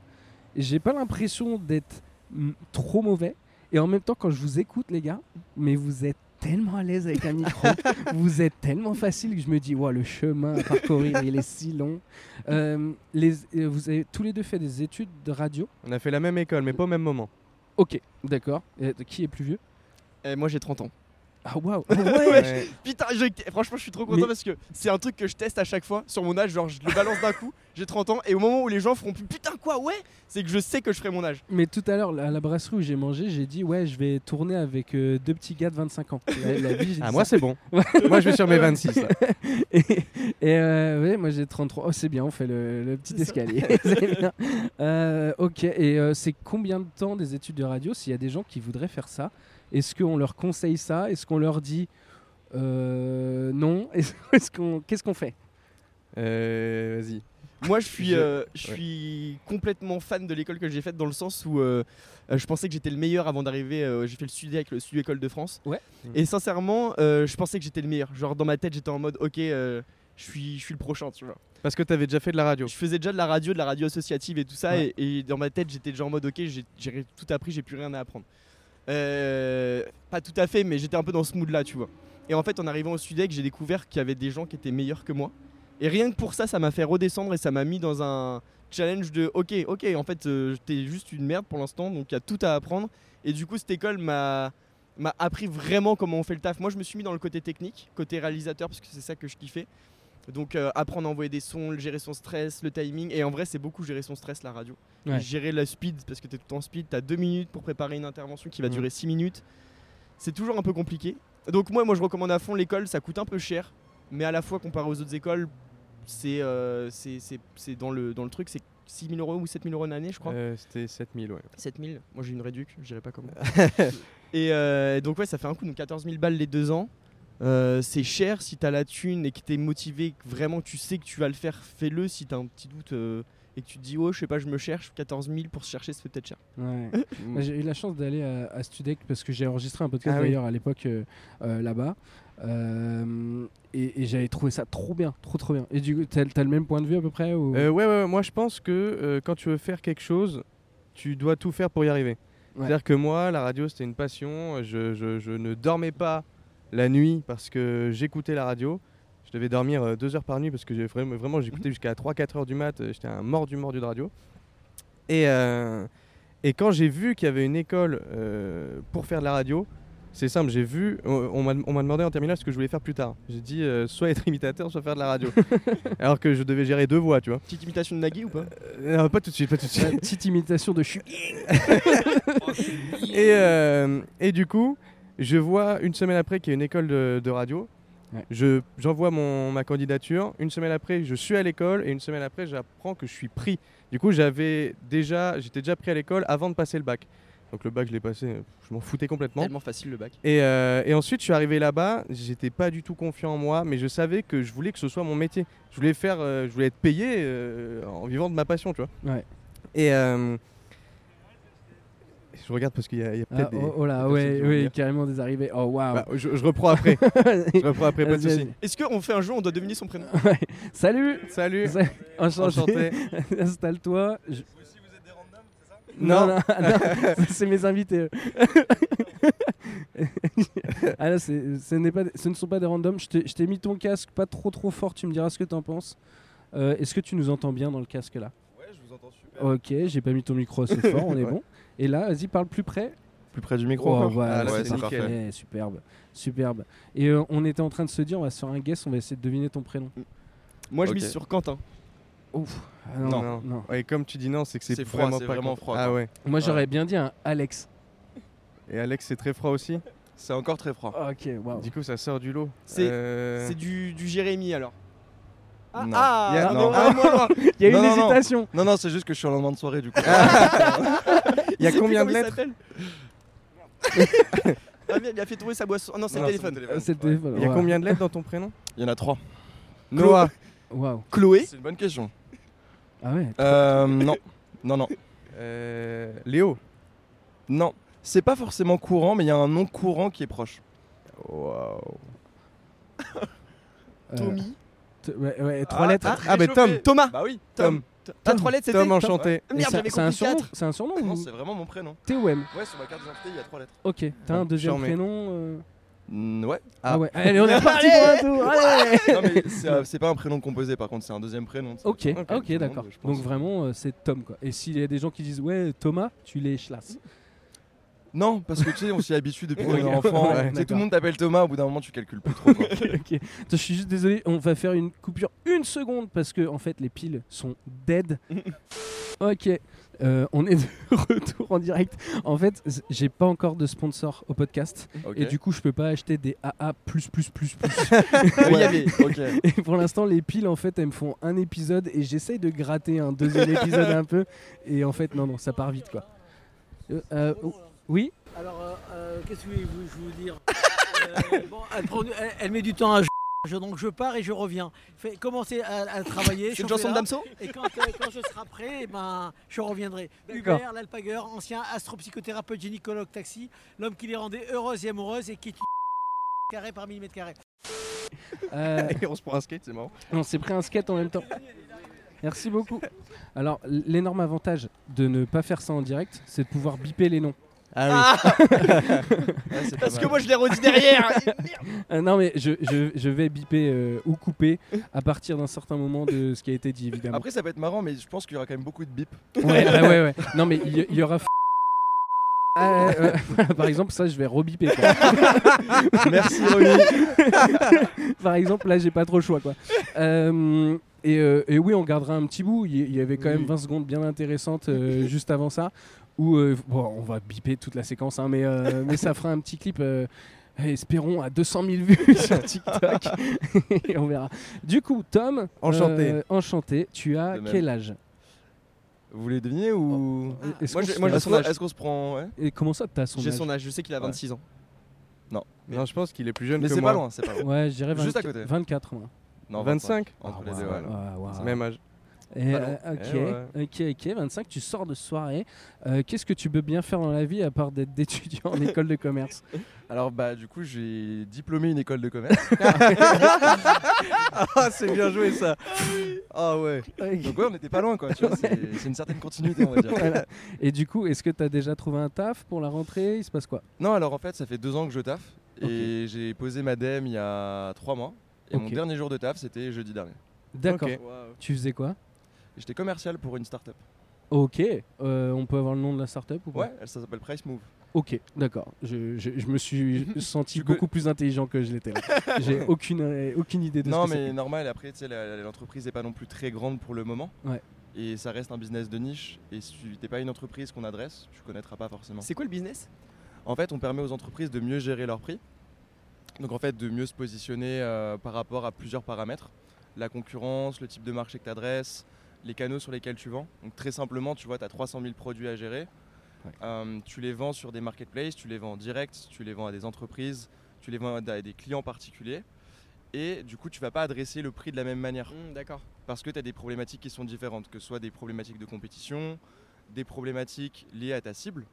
J'ai pas l'impression d'être mm, trop mauvais. Et en même temps, quand je vous écoute, les gars, mais vous êtes tellement à l'aise avec un micro, vous êtes tellement facile que je me dis, ouais, le chemin à parcourir, il est si long. Euh, les, euh, vous avez tous les deux fait des études de radio.
On a fait la même école, mais pas au même moment.
Ok, d'accord. Et Qui est plus vieux
Et moi j'ai 30 ans.
Ah waouh
Ouais.
Putain, je- franchement, je suis trop content
Mais-
parce que c'est un truc que je teste à chaque fois sur mon âge. Genre, je le balance d'un coup, j'ai 30 ans, et au moment où les gens feront plus putain quoi, ouais, c'est que je sais que je ferai mon âge.
Mais tout à l'heure, à la brasserie où j'ai mangé, j'ai dit ouais, je vais tourner avec euh, deux petits gars de 25 ans. La, la vie, j'ai dit
Ah,
ça.
moi, c'est bon. moi, je vais sur mes 26. là.
et et, euh, ouais, moi j'ai 33. Oh, c'est bien, on fait le, le petit
C'est ça.
escalier. C'est bien. Euh, ok, et euh, c'est combien de temps des études de radio s'il y a des gens qui voudraient faire ça Est-ce qu'on leur conseille ça Est-ce qu'on leur dit euh, non Est-ce est-ce qu'on Qu'est-ce qu'on fait
Euh, Vas-y.
Moi, je suis,
Je-
euh, je suis complètement fan de l'école que j'ai faite dans le sens où euh, euh, je pensais que j'étais le meilleur avant d'arriver. euh, j'ai fait le sud avec le sud école de France.
Ouais.
Et sincèrement, euh, je pensais que j'étais le meilleur. Genre dans ma tête, j'étais en mode, ok, euh, je suis, je suis le prochain, tu vois.
Parce que t'avais déjà fait de la radio.
Je faisais déjà de la radio, de la radio associative et tout ça,
Ouais.
et, et dans ma tête j'étais déjà en mode ok, j'ai j'ai tout appris, j'ai plus rien à apprendre. Euh, pas tout à fait, mais j'étais un peu dans ce mood là, tu vois. Et en fait, en arrivant au Sudec, j'ai découvert qu'il y avait des gens qui étaient meilleurs que moi. Et rien que pour ça, ça m'a fait redescendre et ça m'a mis dans un challenge de ok, ok, en fait, euh, t'es juste une merde pour l'instant, donc il y a tout à apprendre. Et du coup, cette école m'a m'a appris vraiment comment on fait le taf. Moi, je me suis mis dans le côté technique, côté réalisateur, parce que c'est ça que je kiffais. Donc euh, apprendre à envoyer des sons, gérer son stress, le timing. Et en vrai, c'est beaucoup gérer son stress, la radio. Et
Ouais.
Gérer la speed, parce que t'es tout en speed, t'as deux minutes pour préparer une intervention qui va
Mhm.
durer six minutes. C'est toujours un peu compliqué. Donc moi, moi je recommande à fond l'école, ça coûte un peu cher, mais à la fois comparé aux autres écoles, c'est euh, c'est- c'est- c'est dans, le, dans le truc, c'est 6 000 euros ou 7 000 euros l'année, je crois.
Euh, C'était 7000, ouais.
7000 Moi j'ai une réduc, je dirais pas comment. et euh, donc ouais, ça fait un coup, donc 14 000 balles les deux ans. Euh, c'est cher si t'as la thune et que t'es motivé, que vraiment tu sais que tu vas le faire, fais-le. Si t'as un petit doute euh, et que tu te dis oh je sais pas, je me cherche, 14 000 pour se chercher, ça fait peut-être cher.
Ouais. Moi, J'ai eu la chance d'aller à, à Studec parce que j'ai enregistré un podcast
Ah oui.
d'ailleurs à l'époque euh, euh, là-bas. Euh, et et j'avais trouvé ça trop bien, trop trop bien. Et du coup, t'as t'as le même point de vue à peu près ou...
Euh, ouais, ouais, ouais, moi je pense que euh, quand tu veux faire quelque chose, tu dois tout faire pour y arriver.
Ouais.
C'est-à-dire que moi, la radio, c'était une passion. Je, je- je ne dormais pas la nuit parce que j'écoutais la radio. Je devais dormir euh, deux heures par nuit parce que j'ai vraiment, vraiment, j'écoutais jusqu'à 3-4 heures du mat. Euh, J'étais un mort du mort du de radio. Et, euh, et quand j'ai vu qu'il y avait une école euh, pour faire de la radio, c'est simple, j'ai vu, on, on m'a on m'a demandé en terminale ce que je voulais faire plus tard. J'ai dit euh, soit être imitateur, soit faire de la radio. Alors que je devais gérer deux voix, tu vois.
Petite imitation de Nagui ou pas
Euh, non, pas tout de suite, pas tout de
Ouais,
suite.
petite imitation de chute.
et, euh, et du coup, je vois une semaine après qu'il y a une école de, de radio.
Ouais.
Je, j'envoie mon, ma candidature. Une semaine après, je suis à l'école. Et une semaine après, j'apprends que je suis pris. Du coup, j'avais déjà, j'étais déjà pris à l'école avant de passer le bac. Donc le bac, je l'ai passé, euh, je m'en foutais complètement.
Tellement facile le bac.
Et, euh, et ensuite, je suis arrivé là-bas. J'étais pas du tout confiant en moi, mais je savais que je voulais que ce soit mon métier. Je voulais faire, euh, je voulais être payé euh, en vivant de ma passion, tu vois.
Ouais.
Et euh, je regarde parce qu'il y a, il y a
Ah,
peut-être des.
oh, oh là,
des personnes qui
ouais,
vont
ouais,
venir.
carrément des arrivées. Oh waouh.
Bah, je, je reprends après. je reprends après, pas de
Vas-y,
soucis.
Est-ce qu'on fait un jeu, on doit deviner son prénom
Ouais. Salut.
Salut.
Salut. Enchanté.
Enchanté.
Installe-toi. Je-
Non.
non, ah, non, c'est mes invités. eux. ah là, c'est- ce, n'est pas, ce ne sont pas des randoms. Je t'ai- je t'ai mis ton casque pas trop trop fort, tu me diras ce que t'en penses. Euh, Est-ce que tu nous entends bien dans le casque là Ouais, je vous entends super. Ok, j'ai pas mis ton micro assez fort, on est
Ouais.
bon. Et là, vas-y, parle plus près.
Plus près du
Oh,
micro. encore
voilà,
Ah, là,
c'est
c'est
nickel.
nickel.
Eh, Superbe, superbe. Et euh, on était en train de se dire, on va se faire un guess, on va essayer de deviner ton prénom.
Moi je
Ok.
mise sur Quentin.
Ouf. Ah non,
Non.
non.
Ouais, comme tu dis non, c'est que c'est
C'est froid,
vraiment
c'est
pas
vraiment
con-
froid,
Ah
quoi.
ouais.
Moi, j'aurais bien dit un Alex.
Et Alex, c'est très froid aussi.
C'est encore très froid.
Ok, waouh.
Du coup, ça sort du lot.
C'est-
Euh,
C'est du, du Jérémy alors. Ah,
Non.
ah,
Il y a-
ah,
non.
ah, moi, moi.
Il y a
Non,
une
non, non.
hésitation.
Non, non, c'est juste que je suis en lendemain de soirée du coup.
Il y a
Je sais plus
combien
comment
de
il
lettres
s'appelle. Ah, merde, il a fait tomber sa boisson. Ah non, c'est
Non,
le
c'est
téléphone.
mon
Ah, c'est le
ouais.
téléphone.
Il y a
ouais.
combien de lettres dans ton prénom
Il y en a trois.
Noah.
Waouh.
Chloé.
C'est une bonne question.
Ah ouais.
Euh, non, non, non,
Euh, Léo.
non. C'est pas forcément courant, mais il y a un nom courant qui est proche.
euh,
Tommy.
t- ouais, ouais, trois lettres.
t'as
Ah, mais Tom.
réchauffé.
Thomas.
Bah oui,
Tom.
Tom.
T'as trois lettres, c'était Ah,
Tom enchanté.
Mais
Merde,
c'est-
j'avais
c'est un
compris
surnom.
quatre. Mmh.
C'est un surnom.
Non,
ou-
c'est vraiment mon prénom.
TOM.
Ouais, sur ma carte d'identité, il y a trois lettres.
Ok. T'as un deuxième
Charmé.
prénom. euh,
Mm, ouais.
Ah.
Ah.
ouais. Allez, on est parti pour un tour. Allez.
Non, mais c'est euh, c'est pas un prénom composé par contre, c'est un deuxième prénom. tu sais.
Ok,
Ok,
ah, ok,
tout le monde,
d'accord.
je pense.
Donc vraiment, euh, c'est Tom quoi. Et s'il y a des gens qui disent ouais Thomas, tu les chlasses.
Non, parce que tu sais, on s'y habitue depuis qu'on est
Ok.
enfant.
Ouais,
Tu sais, tout
d'accord.
le monde t'appelle Thomas, au bout d'un moment, tu calcules plus trop. quoi.
Ok. Attends, Je suis juste désolé, on va faire une coupure une seconde parce que en fait les piles sont dead. ok, euh, on est de retour en direct. En fait, z- j'ai pas encore de sponsor au podcast
Ok.
et du coup je peux pas acheter des AA plus plus plus plus.
Ah oui, il y avait. Ok.
et pour l'instant les piles en fait elles me font un épisode et j'essaye de gratter un deuxième épisode un peu et en fait non non ça part vite quoi. Euh, euh, oui,
Alors, euh, euh, qu'est-ce que je voulais vous- je voulais vous dire Euh, bon, elle, prend du- elle- elle met du temps à. Je, donc je pars et je reviens. Fait, commencez à, à travailler.
C'est une
chauffez-la,
chanson de Damso
Et quand, euh, quand je serai prêt, eh ben, je reviendrai.
D'accord.
Hubert, l'alpagueur, ancien astropsychothérapeute, gynécologue, taxi, l'homme qui les rendait heureuses et amoureuses et qui est une carré par millimètre carré.
euh,
Et on se prend un skate, c'est marrant.
On s'est pris un skate en même temps. Merci beaucoup. Alors, l- l'énorme avantage de ne pas faire ça en direct, c'est de pouvoir biper les noms.
Ah
Ouais, c'est pas
Parce que
mal.
moi, je l'ai redit derrière.
Euh, non, mais je, je- je vais biper euh, ou couper à partir d'un certain moment de ce qui a été dit, évidemment.
Après, ça peut être marrant, mais je pense qu'il y aura quand même beaucoup de bips.
Ouais, bah ouais, ouais. Non, mais il y, il y aura. f- Ah, euh, voilà, par exemple, ça, je vais rebiper. quoi.
Merci, Rémi.
Par exemple, là, j'ai pas trop le choix, quoi. Euh, et, euh, et oui, on gardera un petit bout. Il y- il y avait quand même
Oui.
20 secondes bien intéressantes euh, juste avant ça, où euh, bon, on va biper toute la séquence, hein, mais, euh, mais ça fera un petit clip. euh, espérons à 200 000 vues sur TikTok et on verra. Du coup, Tom,
Enchanté.
euh, enchanté. Tu as
De même.
quel âge
Vous voulez deviner ou.
Est-ce
Moi,
qu'on
j'ai-
se-
moi, j'ai
Est-ce
son
qu'on-
âge.
est-ce qu'on se prend. ouais
Et comment ça, t'as son
J'ai
âge
son âge, je sais qu'il a
Ouais.
26 ans.
Non, je pense qu'il est plus jeune
Mais
que
c'est
moi.
pas loin, c'est pas loin.
Ouais, je dirais
Juste
24,
à côté.
24 moi.
Non,
25.
Entre
Ah,
les deux,
ouais,
ouais.
ouais, ouais, ouais.
Même âge.
Et,
Pas long.
euh, ok,
Eh ouais.
ok, ok, 25, tu sors de soirée. Euh, Qu'est-ce que tu peux bien faire dans la vie à part d'être d'étudiant en école de commerce
Alors, bah, du coup, j'ai diplômé une école de commerce.
Ah, c'est bien joué ça. Ah ouais.
Donc, ouais, on n'était pas loin, quoi. Tu vois, c'est c'est une certaine continuité, on va dire.
Voilà. Et du coup, est-ce que tu as déjà trouvé un taf pour la rentrée Il se passe quoi
Non, alors en fait, ça fait deux ans que je taffe et j'ai posé ma DEM il y a trois mois. Et mon
Ok.
dernier jour de taf, c'était jeudi dernier.
D'accord.
Ok.
Tu faisais quoi
J'étais commercial pour une start-up.
Ok, euh, on peut avoir le nom de la startup ou pas
Ouais, elle ça s'appelle Price Move.
Ok, d'accord. Je, je- je me suis senti
Tu peux-
beaucoup plus intelligent que je l'étais là. J'ai aucune, euh, aucune idée de
Non,
ce que
mais normal, après, tu sais, la- la- l'entreprise n'est pas non plus très grande pour le moment.
Ouais.
Et ça reste un business de niche. Et si tu n'es pas une entreprise qu'on adresse, tu connaîtras pas forcément.
C'est quoi le business
En fait, on permet aux entreprises de mieux gérer leurs prix. Donc en fait, de mieux se positionner euh, par rapport à plusieurs paramètres. La concurrence, le type de marché que tu adresses, les canaux sur lesquels tu vends. Donc très simplement, tu vois, tu as 300 000 produits à gérer.
Ouais.
Euh, tu les vends sur des marketplaces, tu les vends en direct, tu les vends à des entreprises, tu les vends à des clients particuliers. Et du coup, tu vas pas adresser le prix de la même manière
D'accord.
parce que tu as des problématiques qui sont différentes, que ce soit des problématiques de compétition, des problématiques liées à ta cible.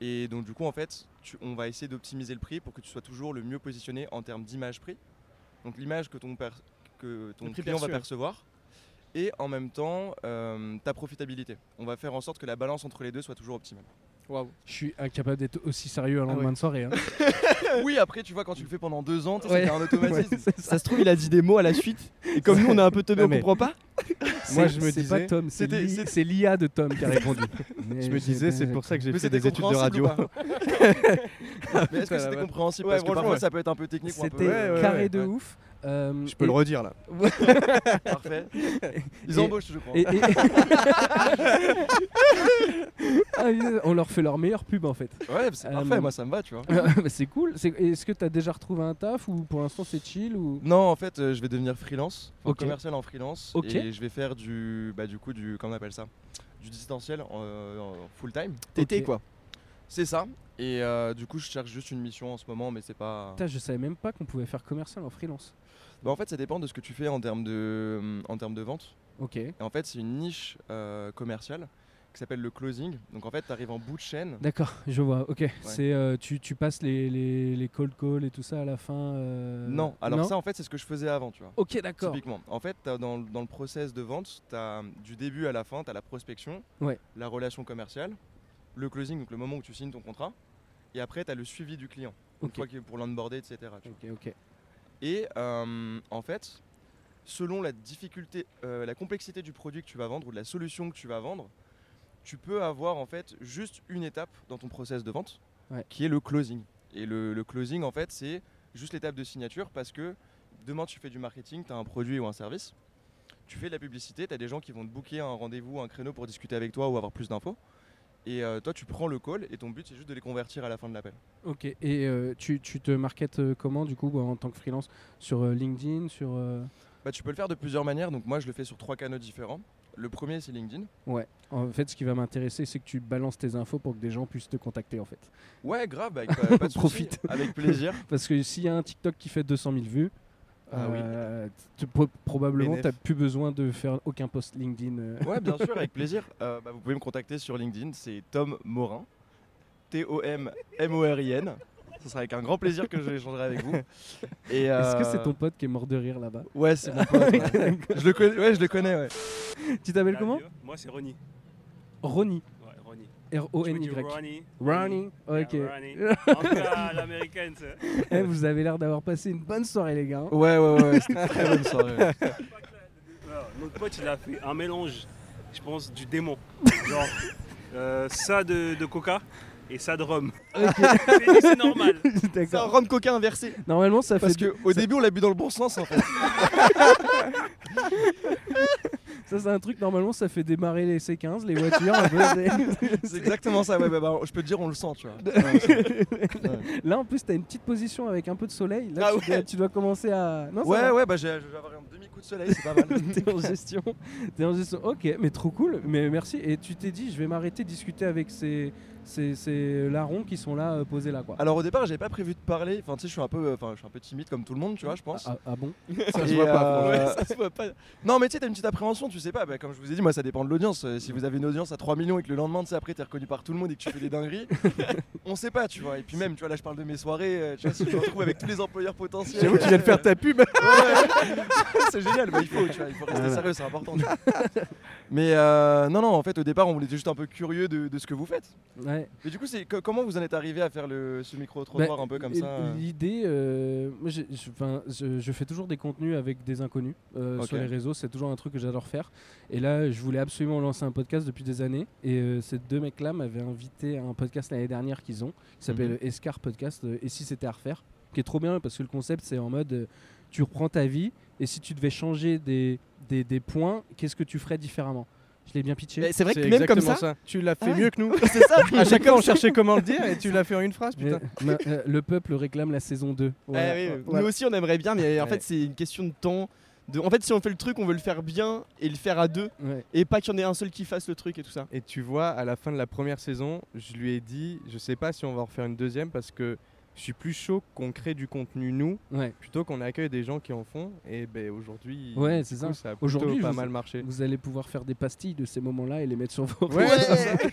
Et donc du coup, en fait, tu- on va essayer d'optimiser le prix pour que tu sois toujours le mieux positionné en termes d'image-prix. Donc l'image que ton, per- que ton
Le prix
client
perçu,
va
ouais.
percevoir. Et en même temps, euh, ta profitabilité. On va faire en sorte que la balance entre les deux soit toujours optimale.
Waouh.
Je suis incapable d'être aussi sérieux
Ah
un lendemain de soirée. hein.
Oui, après, tu vois, quand tu le fais pendant deux ans, tu
Ouais.
sais, t'as un automatisme.
Ça se trouve, il a dit des mots à la suite. Et comme nous, on est un peu teubés,
Non,
on
mais-
comprend pas.
Moi,
C'est-
je me
c'est
disais-
pas Tom, c'est
c'était-
l'I-
c'était-
c'est l'IA de Tom qui a répondu.
Je me disais, c'est pour ça que j'ai
Mais
fait
c'était
des études de radio.
compréhensible ou pas Mais
Putain,
est-ce que
la
c'était
vache.
compréhensible
Ouais,
Parce que
franchement,
parfois,
ouais.
ça peut être un peu technique ou un peu...
C'était
Ouais, ouais,
carré
ouais,
de
ouais.
ouf. euh,
Je peux
et-
le redire là.
Parfait.
Et-
Ils embauchent, je crois.
et- et- Ah, ils- on leur fait leur meilleure pub en fait.
Ouais, c'est
Euh,
parfait, moi ça me va, tu vois.
Bah, c'est cool. C'est- Est-ce que t'as déjà retrouvé un taf ou pour l'instant c'est chill ou
Non, en fait, euh, je vais devenir freelance, enfin,
Ok.
commercial en freelance,
Ok.
et je vais faire du, bah, du coup, du, comment on appelle ça, du distanciel en, euh, en full time.
Tété,
Ok.
quoi.
C'est ça. Et euh, du coup, je cherche juste une mission en ce moment, mais c'est pas.
Putain, je savais même pas qu'on pouvait faire commercial en freelance.
Bah, en fait, ça dépend de ce que tu fais en termes de, en termes de vente.
Ok.
Et en fait, c'est une niche euh, commerciale qui s'appelle le closing. Donc en fait, t'arrives en bout de chaîne.
D'accord, je vois. Ok. C'est euh, tu, tu passes les, les, les cold calls et tout ça à la fin. euh,
Non. Alors ça, en fait, c'est ce que je faisais avant, tu vois.
Ok, d'accord.
Typiquement. En fait, t'as dans, le- dans le process de vente, tu as du début à la fin, tu as la prospection,
Ouais.
la relation commerciale, le closing, donc le moment où tu signes ton contrat, et après, tu as le suivi du client, une
Ok.
fois qu'il est pour l'onboarder, etc. tu vois.
Ok, ok.
Et euh, en fait, selon la difficulté, euh, la complexité du produit que tu vas vendre ou de la solution que tu vas vendre, tu peux avoir en fait juste une étape dans ton process de vente
Ouais.
qui est le closing. Et le, le closing, en fait, c'est juste l'étape de signature parce que demain, tu fais du marketing, tu as un produit ou un service, tu fais de la publicité, tu as des gens qui vont te booker un rendez-vous, un créneau pour discuter avec toi ou avoir plus d'infos. Et euh, toi, tu prends le call et ton but, c'est juste de les convertir à la fin de l'appel.
Ok, et euh, tu, tu te marketes euh, comment du coup en tant que freelance Sur euh, LinkedIn sur, euh,
Bah, tu peux le faire de plusieurs manières. Donc, moi, je le fais sur trois canaux différents. Le premier, c'est LinkedIn.
Ouais, en fait ce qui va m'intéresser c'est que tu balances tes infos pour que des gens puissent te contacter en fait.
Ouais, grave, bah, avec- pas, pas de souci,
Profite.
Avec plaisir.
Parce que s'il y a un TikTok qui fait 200 000 vues,
Ah oui.
euh, tu- pro- probablement
Bénef.
tu n'as plus besoin de faire aucun post LinkedIn. euh.
Ouais, bien sûr, avec plaisir. Euh, bah, vous pouvez me contacter sur LinkedIn, c'est Tom Morin. T-O-M-M-O-R-I-N. Ce sera avec un grand plaisir que je l'échangerai avec vous. Et,
Est-ce que
euh,
c'est ton pote qui est mort de rire là-bas
Ouais, c'est mon pote. ouais. je le connais, ouais, je le connais, ouais.
Tu t'appelles
Ah,
comment
mieux. Moi, c'est Ronnie.
Ronnie.
Ouais, Ronnie. Tu me dis
R-O-N-Y.
Ronnie.
Ronnie. Ok.
Yeah, Ronnie. En tout cas, l'américaine, c'est.
Eh, vous avez l'air d'avoir passé une bonne soirée les gars. hein.
Ouais, ouais, ouais, c'était une très bonne soirée.
Voilà, notre pote, il a fait un mélange, je pense, du démon. Genre, euh, ça de, de coca et ça de rhum.
Ok,
C'est c'est normal.
C'est un
d'accord.
rhum coca inversé.
Normalement ça
Parce
fait deux-
qu'au début, on l'a bu dans le bon sens, en fait.
ça c'est un truc normalement ça fait démarrer les C15 les voitures. un peu, c'est-
C'est exactement ça, ouais, bah, bah, je peux te dire, on le sent, tu vois.
Là en plus t'as une petite position avec un peu de soleil. Là
Ah
tu, dois, tu dois commencer à. Non, ça
Ouais,
va.
ouais, bah, j'ai- je vais avoir un demi-coup de soleil, c'est pas mal.
T'es en gestion. T'es en gestion. Ok, mais trop cool. Mais merci. Et tu t'es dit je vais m'arrêter de discuter avec ces, ces, ces larrons qui sont là euh, posés là quoi.
Alors, au départ, j'avais pas prévu de parler. Enfin, tu sais, je suis un peu, euh, enfin, je suis un peu timide comme tout le monde, tu vois, je pense.
Ah, ah bon
Ça
se voit
pas.
ça se voit pas.
Non, mais tu sais, t'as une petite appréhension, tu sais pas. Bah, comme je vous ai dit, moi, ça dépend de l'audience. Euh, Si vous avez une audience à 3 millions et que le lendemain, tu sais, après, t'es reconnu par tout le monde et que tu fais des dingueries, on sait pas, tu vois. Et puis même, tu vois, là, je parle de mes soirées, euh, tu vois, si je me retrouve avec tous les employeurs potentiels.
J'avoue, tu viens de faire ta pub.
c'est génial, mais il faut, tu vois, il faut rester sérieux, c'est important. tu vois. mais euh, non, non, en fait, au départ, on était juste un peu curieux de, de ce que vous faites.
Ouais.
Mais du coup, c'est co- comment vous en êtes arrivé à faire le, ce micro-trottoir
Bah,
un peu comme
l-
ça euh
L'idée, euh, moi, j'ai- je, 'fin, je- je fais toujours des contenus avec des inconnus euh,
Ok.
sur les réseaux, c'est toujours un truc que j'adore faire. Et là, je voulais absolument lancer un podcast depuis des années. Et euh, ces deux mecs-là m'avaient invité à un podcast l'année dernière qu'ils ont, qui
Mhm.
s'appelle Escar Podcast, euh, et si c'était à refaire, qui est trop bien parce que le concept, c'est en mode euh, tu reprends ta vie, et si tu devais changer des, des, des points, qu'est-ce que tu ferais différemment Je l'ai bien pitché.
Bah,
Mais C'est vrai que même comme ça,
tu l'as fait
Ah ouais.
mieux que nous.
c'est ça.
À chaque fois, on cherchait comment le dire et tu l'as fait en une phrase,
Mais-
putain.
ma- euh, le peuple réclame la saison 2.
Ah
Voilà.
Eh oui, oui.
Voilà.
Nous aussi, on aimerait bien, mais en
Ouais.
fait, c'est une question de temps. De... En fait, si on fait le truc, on veut le faire bien et le faire à deux,
Ouais.
et pas qu'il y en ait un seul qui fasse le truc et tout ça.
Et tu vois, à la fin de la première saison, je lui ai dit, je sais pas si on va en refaire une deuxième parce que je suis plus chaud qu'on crée du contenu nous
Ouais.
plutôt qu'on accueille des gens qui en font. Et ben aujourd'hui,
Ouais,
du
c'est ça.
coup, ça a
Aujourd'hui,
plutôt
je
pas
vous-
mal marché.
Vous allez pouvoir faire des pastilles de ces moments-là et les mettre sur vos
Ouais,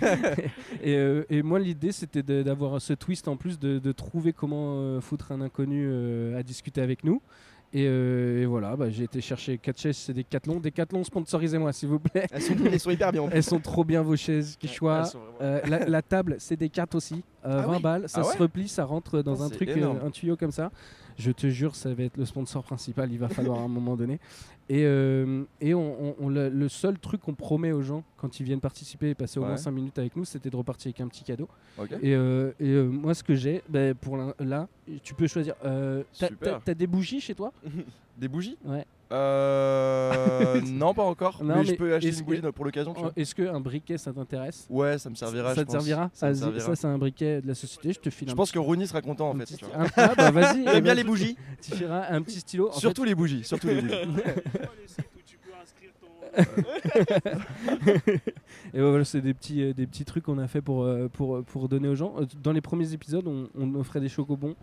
et, euh, et moi, l'idée, c'était de- d'avoir ce twist en plus de, de trouver comment euh, foutre un inconnu euh, à discuter avec nous. Et, euh, et voilà, bah, j'ai été chercher 4 chaises, c'est des Decathlon. Decathlon, sponsorisez-moi, s'il vous plaît.
Elles sont, elles sont hyper bien. en plus.
Elles sont trop bien vos chaises, qui
Elles
choix.
sont vraiment-
Euh, la, la table, c'est des cartes aussi. Euh,
Ah
20
oui.
balles, ça
Ah
se
ouais
replie, ça rentre dans
Putain,
un
c'est
truc, euh,
énorme.
un tuyau comme ça. Je te jure, ça va être le sponsor principal. Il va falloir à un moment donné. Et, euh, et on, on- on- le, le seul truc qu'on promet aux gens quand ils viennent participer et passer au moins
Ouais.
5 minutes avec nous, c'était de repartir avec un petit cadeau.
Ok.
Et, euh, et, euh, moi, ce que j'ai, bah, pour l'un- là, tu peux choisir. euh, t'as-
Super.
t'as- T'as des bougies chez toi
Des bougies
Ouais.
Euh. non, pas encore.
Non,
mais, je
mais
peux acheter
est-ce
une bougie
que-
pour l'occasion, tu vois.
Euh, Est-ce qu'un briquet, ça t'intéresse
Ouais, ça me servira.
Ça
je
te
pense.
servira
Ça me
Vas-y,
servira.
Ça, c'est un briquet de la société. Je te file
Je
un
pense que Ronnie sera content en
Un
fait.
petit-
tu vois.
un- ah, bah, vas-y.
J'aime
eh
bien
ben,
les bougies.
Tu feras un petit stylo. En fait,
Surtout les bougies, surtout les bougies.
C'est quoi le site où tu peux inscrire ton.
Et ben voilà, c'est des petits, euh, des petits trucs qu'on a fait pour, euh, pour, pour donner aux gens. Euh, Dans les premiers épisodes, on, on offrait des chocobons.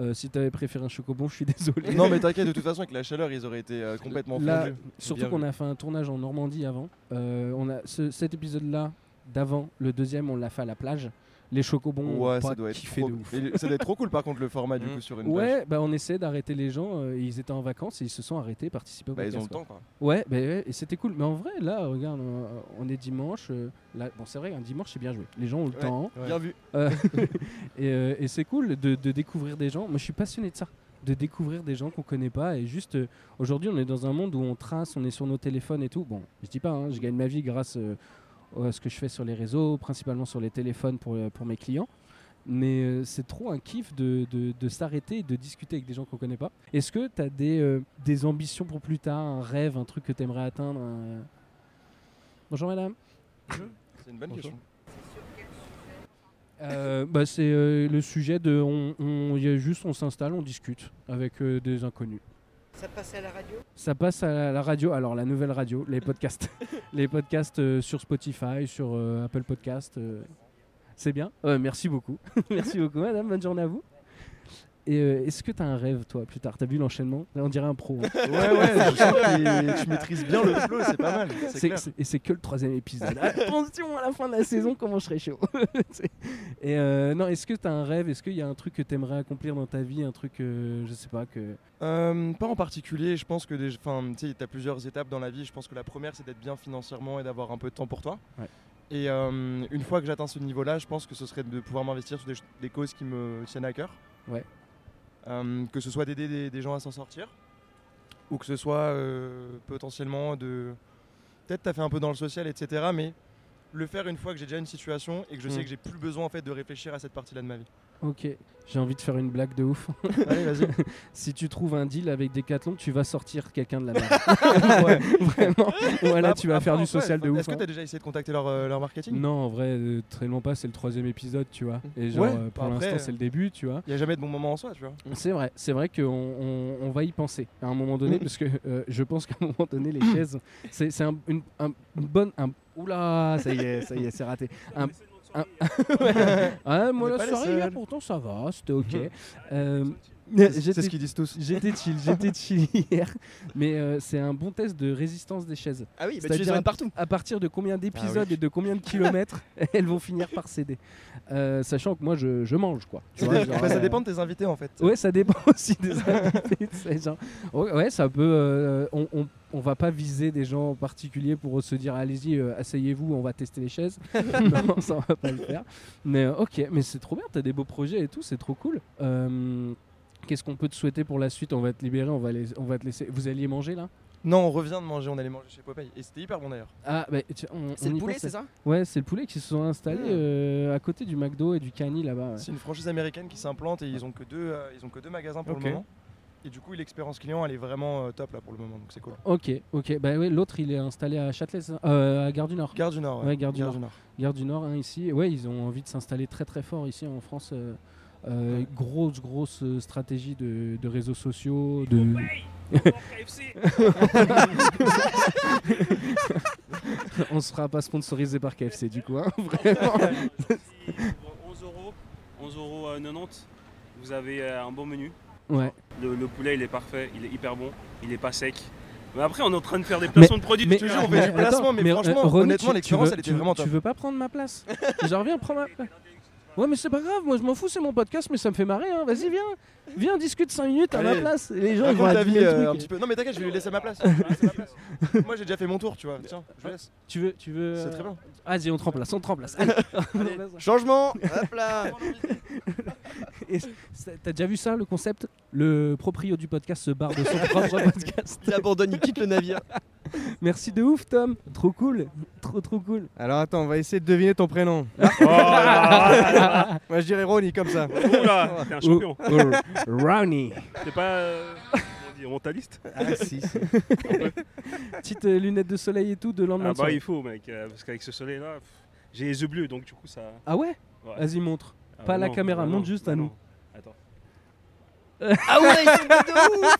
Euh, si t'avais préféré un chocobon, je suis désolé.
non mais t'inquiète, de toute façon avec la chaleur ils auraient été euh, complètement
Là,
fondus.
surtout
Bien
qu'on
vu.
a fait un tournage en Normandie avant. Euh, on a ce- cet épisode-là d'avant, le deuxième, on l'a fait à la plage. Les chocobons, on
Ouais,
a
ça
pas
doit être
kiffé
trop...
de ouf.
et ça doit être trop cool par contre le format du
Mm.
coup sur une plage.
Ouais, bah on essaie d'arrêter les gens. euh, ils étaient en vacances et ils se sont arrêtés, participés au
Bah ils ont
podcast,
le
quoi.
temps quoi.
Ouais, bah ouais, et c'était cool. Mais en vrai, là, regarde, on, on est dimanche. euh, là, bon, c'est vrai, un dimanche, c'est bien joué. Les gens ont le
Ouais.
temps.
Ouais.
Bien vu.
Euh, et euh, et c'est cool de, de découvrir des gens. Moi, je suis passionné de ça, de découvrir des gens qu'on connaît pas. Et juste, euh, aujourd'hui, on est dans un monde où on trace, on est sur nos téléphones et tout. Bon, je dis pas, hein, je gagne ma vie grâce euh, à ce que je fais sur les réseaux, principalement sur les téléphones pour, euh, pour mes clients. mais euh, c'est trop un kiff de, de- de s'arrêter et de discuter avec des gens qu'on connaît pas. Est-ce que tu as des, euh, des ambitions pour plus tard, un rêve, un truc que tu aimerais atteindre un- Bonjour madame.
C'est une bonne
Bonjour.
question.
Euh, bah, c'est euh, le sujet de on, on- y a juste on s'installe, on discute avec euh, des inconnus.
Ça passe à la radio
Ça passe à la radio, alors la nouvelle radio, les podcasts. les podcasts euh, sur Spotify, sur euh, Apple Podcasts. euh, c'est bien. Ouais, merci beaucoup. merci beaucoup, madame. Bonne journée à vous. Et euh, est-ce que tu as un rêve, toi, plus tard T'as vu l'enchaînement On dirait un pro. hein.
Ouais, ouais,
Je sens que tu maîtrises bien le flow, c'est pas mal.
C'est- c'est- et c'est que le troisième épisode. Attention à la fin de la saison, comment je serai chaud. C'est- et euh, non, est-ce que tu as un rêve Est-ce qu'il y a un truc que tu aimerais accomplir dans ta vie Un truc, euh, je sais pas, que.
Euh, pas en particulier, je pense que tu as plusieurs étapes dans la vie. Je pense que la première, c'est d'être bien financièrement et d'avoir un peu de temps pour toi.
Ouais.
Et euh, une fois que j'atteins ce niveau-là, je pense que ce serait de pouvoir m'investir sur des, ch- des causes qui me tiennent à cœur.
Ouais.
Euh, que ce soit d'aider des, des gens à s'en sortir, ou que ce soit euh, potentiellement de. Peut-être tu as fait un peu dans le social, etc. Mais le faire une fois que j'ai déjà une situation et que je sais
Mm.
que j'ai plus besoin en fait de réfléchir à cette partie-là de ma vie.
Ok, j'ai envie de faire une blague de ouf.
Allez, vas-y.
si tu trouves un deal avec Decathlon, tu vas sortir quelqu'un de la merde. Vraiment. Voilà,
Bah,
tu vas
après,
faire
en
du
soi,
social de
est-ce
ouf.
que
hein.
tu as déjà essayé de contacter leur, euh, leur marketing
Non, en vrai, euh, très loin pas, c'est le troisième épisode, tu vois. Et genre,
Ouais,
euh, pour
bah après,
l'instant,
euh,
c'est le début, tu vois.
Il n'y a jamais de bon moment en soi, tu vois.
Mm. C'est vrai, c'est vrai qu'on on, on va y penser à un moment
Mm.
donné, parce que euh, je pense qu'à un moment donné, les chaises, c'est c'est un- une, un- une bonne. un- Oula, ça y est, ça y est, c'est raté. Un- un- Ah, moi,
On
la
est pas les
soirée, hier,
seuls.
pourtant, ça va, c'était ok. Euh,
Mm-hmm. C'est ce qu'ils disent tous.
J'étais chill, j'étais chill hier, mais euh, c'est un bon test de résistance des chaises.
Ah oui, bah tu les
C'est-à-dire
emmènes
à-
partout. Ah
À partir de combien d'épisodes et de combien de kilomètres elles vont finir par céder Euh, Sachant que moi, je, je mange, quoi. Tu vois, genre,
Bah, ça
euh,
dépend de tes invités en fait.
Ouais, ça dépend aussi des invités, c'est genre- Ouais, ouais, ça peut. euh, on, on, on va pas viser des gens en particulier pour se dire allez-y, euh, asseyez-vous, on va tester les chaises. non, ça on va pas le faire. Mais euh, ok, mais c'est trop bien, t'as des beaux projets et tout, c'est trop cool. Euh, Qu'est-ce qu'on peut te souhaiter pour la suite On va te libérer, on va, les- on va te laisser. Vous alliez manger là
Non, on revient de manger, on allait manger chez Popeye. Et c'était hyper bon d'ailleurs.
Ah, bah, tiens, on-
C'est
on
le
y
poulet,
pense.
c'est ça
Ouais, c'est le poulet qui se sont installés
Ah.
euh, à côté du McDo et du Cani là-bas. ouais.
C'est une franchise américaine qui s'implante et ils ont que deux, euh, ils ont que deux magasins pour
Ok.
le moment. Et du coup, l'expérience client, elle est vraiment euh, top là pour le moment, donc c'est cool.
Ok, ok. Bah ouais, l'autre il est installé à Châtelet, c'est ça Euh, à Gare du Nord.
Gare du Nord.
Ouais, Gare du Nord. Gare du Nord, hein, ici. Ouais, ils ont envie de s'installer très très fort ici en France. euh, euh, Grosse, grosse euh, stratégie de, de réseaux sociaux. De... On sera pas sponsorisé par KFC du coup, hein, vraiment.
Pour 11 euros, 11 euros à 90, vous avez euh, un bon menu.
Ouais.
Le, le poulet, il est parfait, il est hyper bon, il est pas sec. Mais après, on est en train de faire des placements de produits.
Mais-
je te
Toujours,
jure,
on fait du placement,
attends,
mais
euh,
franchement,
Ronnie,
honnêtement,
tu- tu
l'expérience,
veux-
elle était
tu-
vraiment
Tu
top.
veux pas prendre ma place Genre, viens, prends ma place. Ouais, mais c'est pas grave, moi je m'en fous, c'est mon podcast, mais ça me fait marrer. Hein. Vas-y, viens, viens, discute 5 minutes à ma
Allez,
place. Et Les gens, ils vont
Raconte ta vie
admirer le
euh, un
truc.
petit peu. Non, mais t'inquiète, je vais lui laisser ma place. Je vais lui laisser ma place. Moi, j'ai déjà fait mon tour, tu vois. Tiens, je laisse.
Tu veux, tu veux.
C'est
euh,
très bien.
Vas-y, on te remplace, on te remplace. Allez.
Changement Hop là
C'est- T'as déjà vu ça, le concept Le proprio du podcast se barre de son propre podcast.
Il abandonne, il quitte le navire.
Merci de ouf, Tom. Trop cool. Trop, trop cool.
Alors attends, on va essayer de deviner ton prénom.
Oh là là,
Moi je dirais Ronnie comme ça.
oula, t'es un champion.
Oh, Ronnie.
T'es pas euh, comment dire, mentaliste
Ah si,
Petite euh, lunette de soleil et tout de lendemain
Ah
de
bah
soirée.
il faut mec, euh, parce qu'avec ce soleil là, j'ai les yeux bleus donc du coup ça.
Ah ouais
Ouais.
Vas-y, montre.
Ah,
pas à la
non,
caméra,
non,
montre
non,
juste à
non.
nous.
Attends.
Ah ouais, ils sont de ouf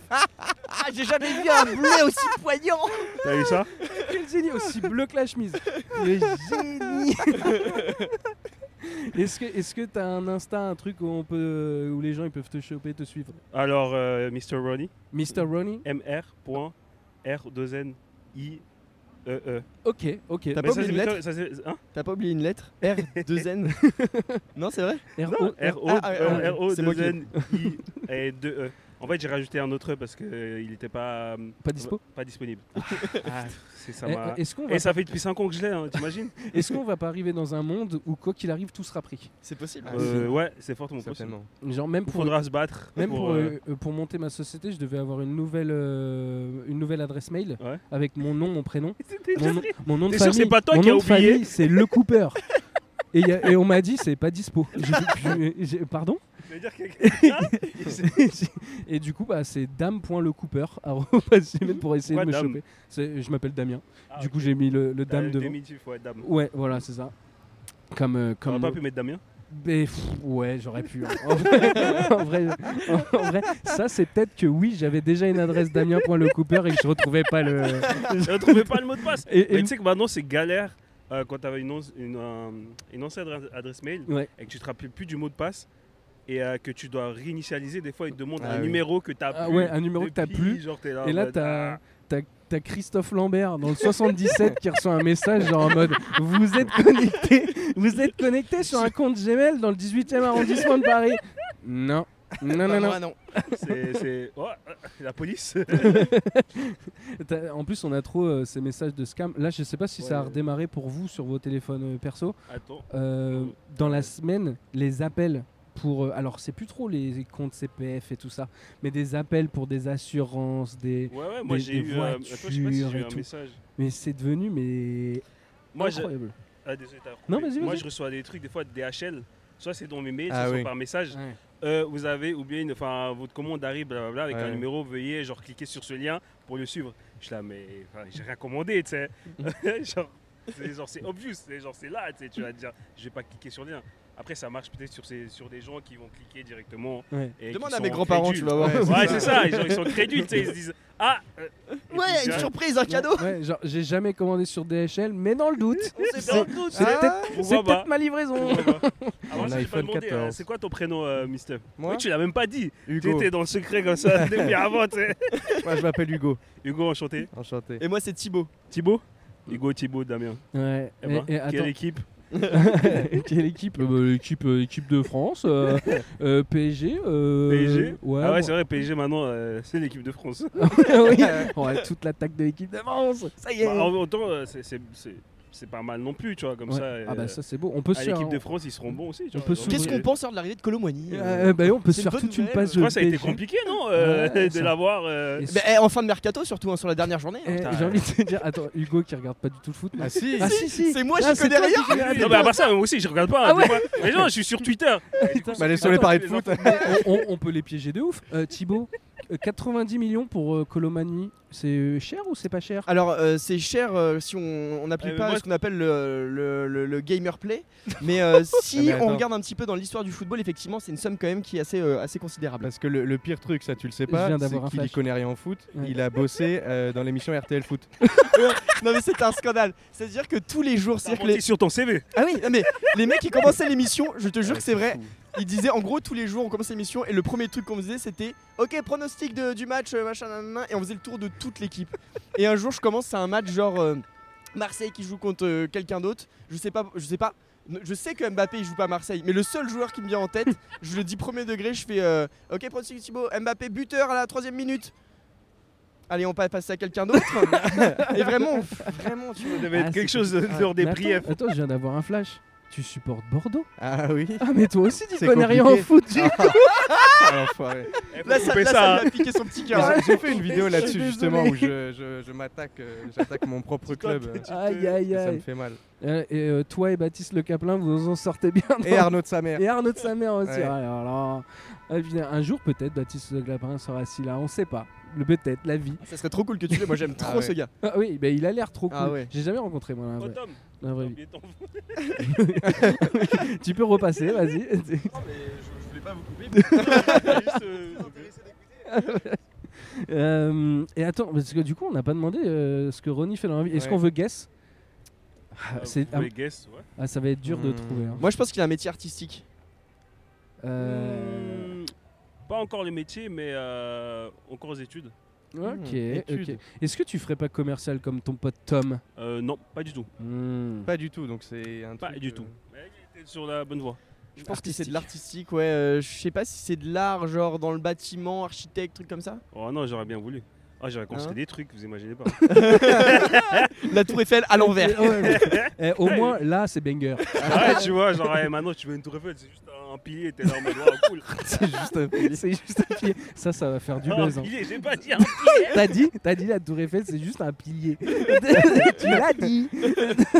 Ah, j'ai jamais vu un bleu aussi poignant
T'as vu ça
Quel génie Aussi bleu que la chemise. Le génie Est-ce que est-ce que t'as un Insta, un truc où, on peut, où les gens ils peuvent te choper, te suivre
Alors euh, Mr Ronnie,
Mr. Ronnie
mr.r2ni e e.
Ok, ok.
T'as pas
Mais ça,
oublié
c'est
une
plutôt- ça, c'est- hein
T'as pas oublié une lettre R, deux N Non, c'est vrai
R.O.
R O
Ah, ah, ah,
R O
c'est moi qui
2 N I et 2 E. En fait, j'ai rajouté un autre E parce que euh, il n'était pas euh,
Pas dispo
pas disponible. Ah, c'est ça
Eh,
m'a-
Est-ce qu'on va
Et ça fait depuis 5 ans que je l'ai, hein, t'imagines
Est-ce qu'on va pas arriver dans un monde où quoi qu'il arrive tout sera pris
C'est
Ah,
possible.
Euh, Ouais, c'est fortement possible.
Certainement.
Genre même
Il
pour
faudra se battre.
même pour,
euh,
euh, euh, pour monter ma société, je devais avoir une nouvelle euh, une nouvelle adresse mail
Ouais.
avec mon nom, mon prénom,
C'était
mon, nom- mon nom de
T'es sûr que
famille.
c'est pas toi
mon
qui
nom
as
de famille,
oublié
c'est le Cooper. Et, il y a- et on m'a dit, c'est pas dispo. J'ai- j'ai- Pardon
Tu veux dire que- Hein
Et du coup, bah, c'est dame.lecooper arobase gmail pour essayer
Pourquoi
de me
dame
choper. C'est- Je m'appelle Damien.
Ah,
du
ok.
coup, j'ai mis le, le
T'as
dame
le
devant.
diminutif, Bah, ouais, dame.
Ouais, voilà, c'est ça. Comme. euh,
T'aurais
comme
pas pu mettre Damien
Mais, pff, ouais, j'aurais pu. hein. En, vrai, en vrai- en vrai, ça, c'est peut-être que oui, j'avais déjà une adresse damien.lecooper et que je retrouvais pas le.
Je ne trouvais pas le mot de passe.
Et- et-
Mais tu sais que maintenant, c'est galère euh, quand tu avais une, once- une, euh, une ancienne adresse- adresse mail
Ouais.
et que tu te rappelles plus du mot de passe et euh, que tu dois réinitialiser. Des fois, ils te demandent
Ah
un
oui.
numéro que tu as
Ah ouais, un numéro que t'as plus.
Genre, t'es là,
Et
en
là,
mode,
t'as
ah.
t'as- t'as Christophe Lambert dans le 77 qui reçoit un message genre en mode Vous êtes connecté, vous êtes connecté sur un compte Gmail dans le 18e arrondissement de Paris. Non, non, non, non.
non.
C'est- c'est- oh, la police.
T'as- En plus, on a trop euh, ces messages de scam. Là, je sais pas si ça a
Ouais.
redémarré pour vous sur vos téléphones euh, perso.
Attends.
Euh, dans la semaine, les appels pour. euh, alors, c'est plus trop les comptes CPF et tout ça, mais des appels pour des assurances, des.
Ouais, ouais, moi
Des-
j'ai
des
eu. euh, attends, je sais pas si
voitures
j'ai eu
et
un
tout.
message.
Mais c'est devenu, mais.
Moi, je-
incroyable.
Ah, désolé, t'as
Non,
coupé.
vas-y,
Moi,
vas-y.
je reçois des trucs, des fois, DHL. Soit c'est dans mes mails,
Ah
soit
oui.
par message.
Ouais.
Euh, vous avez oublié, une- enfin, votre commande arrive, blablabla, avec un
Ouais.
numéro, veuillez, genre, cliquer sur ce lien pour le suivre. Je suis là, mais enfin, j'ai rien commandé, tu sais. genre, c'est- genre, c'est obvious, c'est genre, c'est là, tu sais, tu vas te dire, je vais pas cliquer sur le lien. Après, ça marche peut-être sur, ces- sur des gens qui vont cliquer directement.
Ouais.
et qui
Demande à
sont
mes grands-parents, tu
crédules.
vas voir.
Ouais, c'est ça, ils, ils sont crédules, tu sais, ils se disent, ah euh, et puis,
Ouais, une
direct,
surprise, un cadeau.
Ouais, genre, j'ai jamais commandé sur DHL, mais dans le doute,
on s'est
C'est-
perdu, tu sais.
c'est peut-être
Pourquoi
c'est
Ah. pas
peut-être ma livraison.
Pourquoi pas Avant
Un
ça, j'ai pas
iPhone
demandé, hein,
14.
c'est quoi ton prénom, euh, Mister
Moi
Oui, tu l'as même pas dit. Tu
Hugo.
étais dans le secret comme ça depuis avant, tu sais.
Moi, je m'appelle Hugo.
Hugo, enchanté.
Enchanté.
Et moi, c'est Thibaut.
Thibaut Hugo, Thibaut, Damien.
Ouais,
Eh
et-
ben,
et attends,
quelle équipe
quelle équipe Euh, bah, L'équipe euh, équipe de France, euh, euh, PSG. euh,
PSG
Ouais,
Ah ouais,
bon.
c'est vrai, PSG maintenant, euh, c'est l'équipe de France.
Oui. Ouais, toute l'attaque de l'équipe de France. Ça y est.
Bah, en- autant, euh, c'est- c'est- c'est c'est pas mal non plus, tu vois, comme
Ouais.
ça. euh,
ah bah ça c'est beau. On peut
à
se faire.
l'équipe de
un-
France, ils seront bons aussi. tu
on
vois,
peut
genre,
Qu'est-ce
s'ouvrir.
euh,
qu'on pense alors de l'arrivée de Colomwani
Euh, bah, on peut
C'est
se
une
faire
bonne
toute une
nouvelle.
passe
Je
de
crois que ça a été
PSG.
compliqué, non euh,
Ouais,
De
ça-
l'avoir. euh,
Et-
Bah, eh, en fin de mercato, surtout hein, sur la dernière journée. hein.
Eh,
Putain,
J'ai
ouais.
envie de te dire, attends, Hugo qui regarde pas du tout le foot. non
Ah si
Ah si si.
C'est moi,
Ah,
j'y connais
toi qui
rien.
connais rien.
Non, mais à part ça, moi aussi, je regarde pas.
Ah
des
ouais Ah,
fois. Mais non, je suis sur Twitter. Et du coup,
Bah,
sur-
laissons-les
Attends,
parler de
les
foot.
enfants-
Bah, On, on- on peut les piéger de ouf. Euh, Thibaut, euh, 90 millions pour euh, Colomani, c'est euh, cher ou c'est pas cher
Alors, euh, c'est cher euh, si on on n'applique
Ah, mais
pas
moi,
ce qu'on appelle le, le- le- le gamer play. mais euh, si
Ah, mais
on
attends.
regarde un petit peu dans l'histoire du football, effectivement, c'est une somme quand même qui est assez, euh, assez considérable.
Parce que le, le pire truc, ça tu le sais
Je
pas,
viens d'avoir un
c'est qu'il y
flash.
connaît rien en foot.
Ouais.
Il a bossé euh, dans l'émission RTL Foot.
non, mais c'est un scandale. C'est-à-dire que tous les jours,
T'as
c'est-à-dire que les-
menti sur ton CV.
Ah oui, non, mais les mecs qui commençaient l'émission, je te jure que c'est vrai. Ils disaient en gros tous les jours on commençait l'émission et le premier truc qu'on faisait c'était ok pronostic de- du match euh, machin nanana, et on faisait le tour de toute l'équipe. Et un jour je commence à un match genre euh, Marseille qui joue contre euh, quelqu'un d'autre. Je sais pas, je sais pas. Je sais que Mbappé il joue pas à Marseille, mais le seul joueur qui me vient en tête, je le dis premier degré, je fais euh, ok pronostic Thibaut Mbappé buteur à la troisième minute. Allez on passe passer à quelqu'un d'autre. et vraiment, vraiment tu vois.
Ça devait
Ah,
être quelque
c'est-
chose de
Ah,
genre des
Mais
prières.
attends, attends, je viens d'avoir un flash. Tu supportes Bordeaux
Ah oui
Ah mais toi aussi tu
C'est
connais rien en
compliqué.
foot. tu-
Ah, l'enfoiré.
Là ça,
couper
là,
ça,
ça
hein.
lui a piqué son petit cœur.
J'ai- J'ai fait une vidéo là-dessus
désolé.
justement où je, je- je m'attaque, euh, j'attaque mon propre club. euh,
Aïe aïe
et ça me
aïe.
fait mal.
Euh, Et euh, toi et Baptiste Le Caplin, vous en sortez bien. dans-
Et Arnaud de sa mère.
Et Arnaud de sa mère aussi.
Ouais.
Ah, là, là. Ah, putain, un jour peut-être Baptiste Le Caplin sera assis là, on sait pas. Le peut-être, la vie.
Ça serait trop cool que tu l'aies, moi j'aime trop
ouais.
ce gars.
Ah oui, bah, il a l'air trop cool.
Ah ouais.
J'ai jamais rencontré moi la
Oh,
vraie,
Tom,
la vraie
Tom,
vie.
il est en-
tu peux repasser, vas-y.
Non, mais je, je voulais pas vous couper.
Juste, euh,
Euh, et attends, parce que du coup, on n'a pas demandé euh, ce que Ronnie fait dans la vie. Est-ce
Ouais.
qu'on veut guess Ah, c'est-
Vous pouvez guess, ouais.
ah, ça va être dur de
Hmm.
trouver. hein.
Moi je pense qu'il a un métier artistique.
Euh,
Hmm, Pas encore le métier, mais euh, encore aux études.
Ok,
étude.
ok. Est-ce que tu ferais pas commercial comme ton pote Tom
Euh, non, pas du tout.
Hmm.
Pas du tout, donc c'est un
Pas
truc,
du
euh,
tout. Mais il était sur la bonne voie.
Je pense que c'est de l'artistique, ouais. euh, je sais pas si c'est de l'art, genre dans le bâtiment, architecte, truc comme ça.
Oh non, j'aurais bien voulu. Ah, j'aurais construit
Hein
des trucs, vous imaginez pas.
La tour Eiffel à l'envers.
Ouais, ouais. Eh, au moins, là, c'est banger.
Ah ouais, tu vois, genre, eh, maintenant tu veux une tour Eiffel, c'est juste un un pilier, t'es là en mode waouh, cool.
C'est juste un pilier. C'est juste un pilier. Ça, ça va faire du
Ah, un
buzz. hein.
pilier, j'ai pas dit un pilier.
T'as dit, t'as dit la Tour Eiffel, c'est juste un pilier. tu l'as dit.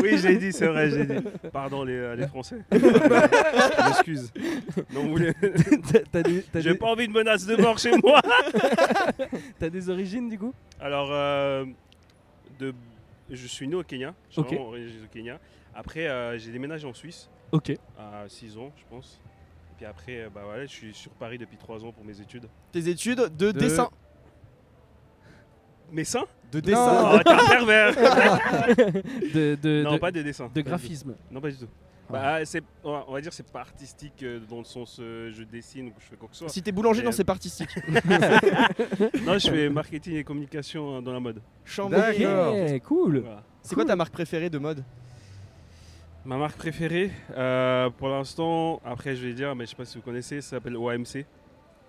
Oui, j'ai dit, c'est vrai, j'ai dit. Pardon les, euh, les Français. Je m'excuse. Non, vous voulez-
T'as- T'as des, t'as
J'ai
des-
pas envie de menace de mort chez moi.
t'as des origines du coup
Alors, euh, de... je suis né au Kenya. Je suis
Ok.
vraiment originaire du Kenya. Après, euh, j'ai déménagé en Suisse
Ok.
à 6 ans, je pense. Et puis après, euh, bah voilà, je suis sur Paris depuis 3 ans pour mes études.
Tes études de,
De-
dessin.
Mais ça
De
dessin.
Oh, t'es un pervers
De, de,
Non,
de-
pas de dessin.
de graphisme.
Non, pas du tout.
Ah.
Bah, c'est, on va- on va dire c'est pas artistique euh, dans le sens euh, je dessine ou je fais quoi que ce soit.
Si t'es boulanger, non,
Euh,
c'est pas artistique.
Non, je fais marketing et communication euh, dans la mode.
Chambre.
D'accord.
Ok, cool.
Voilà.
C'est quoi ta marque préférée de mode
Ma marque préférée, euh, pour l'instant, après je vais dire, mais je sais pas si vous connaissez, ça s'appelle OMC.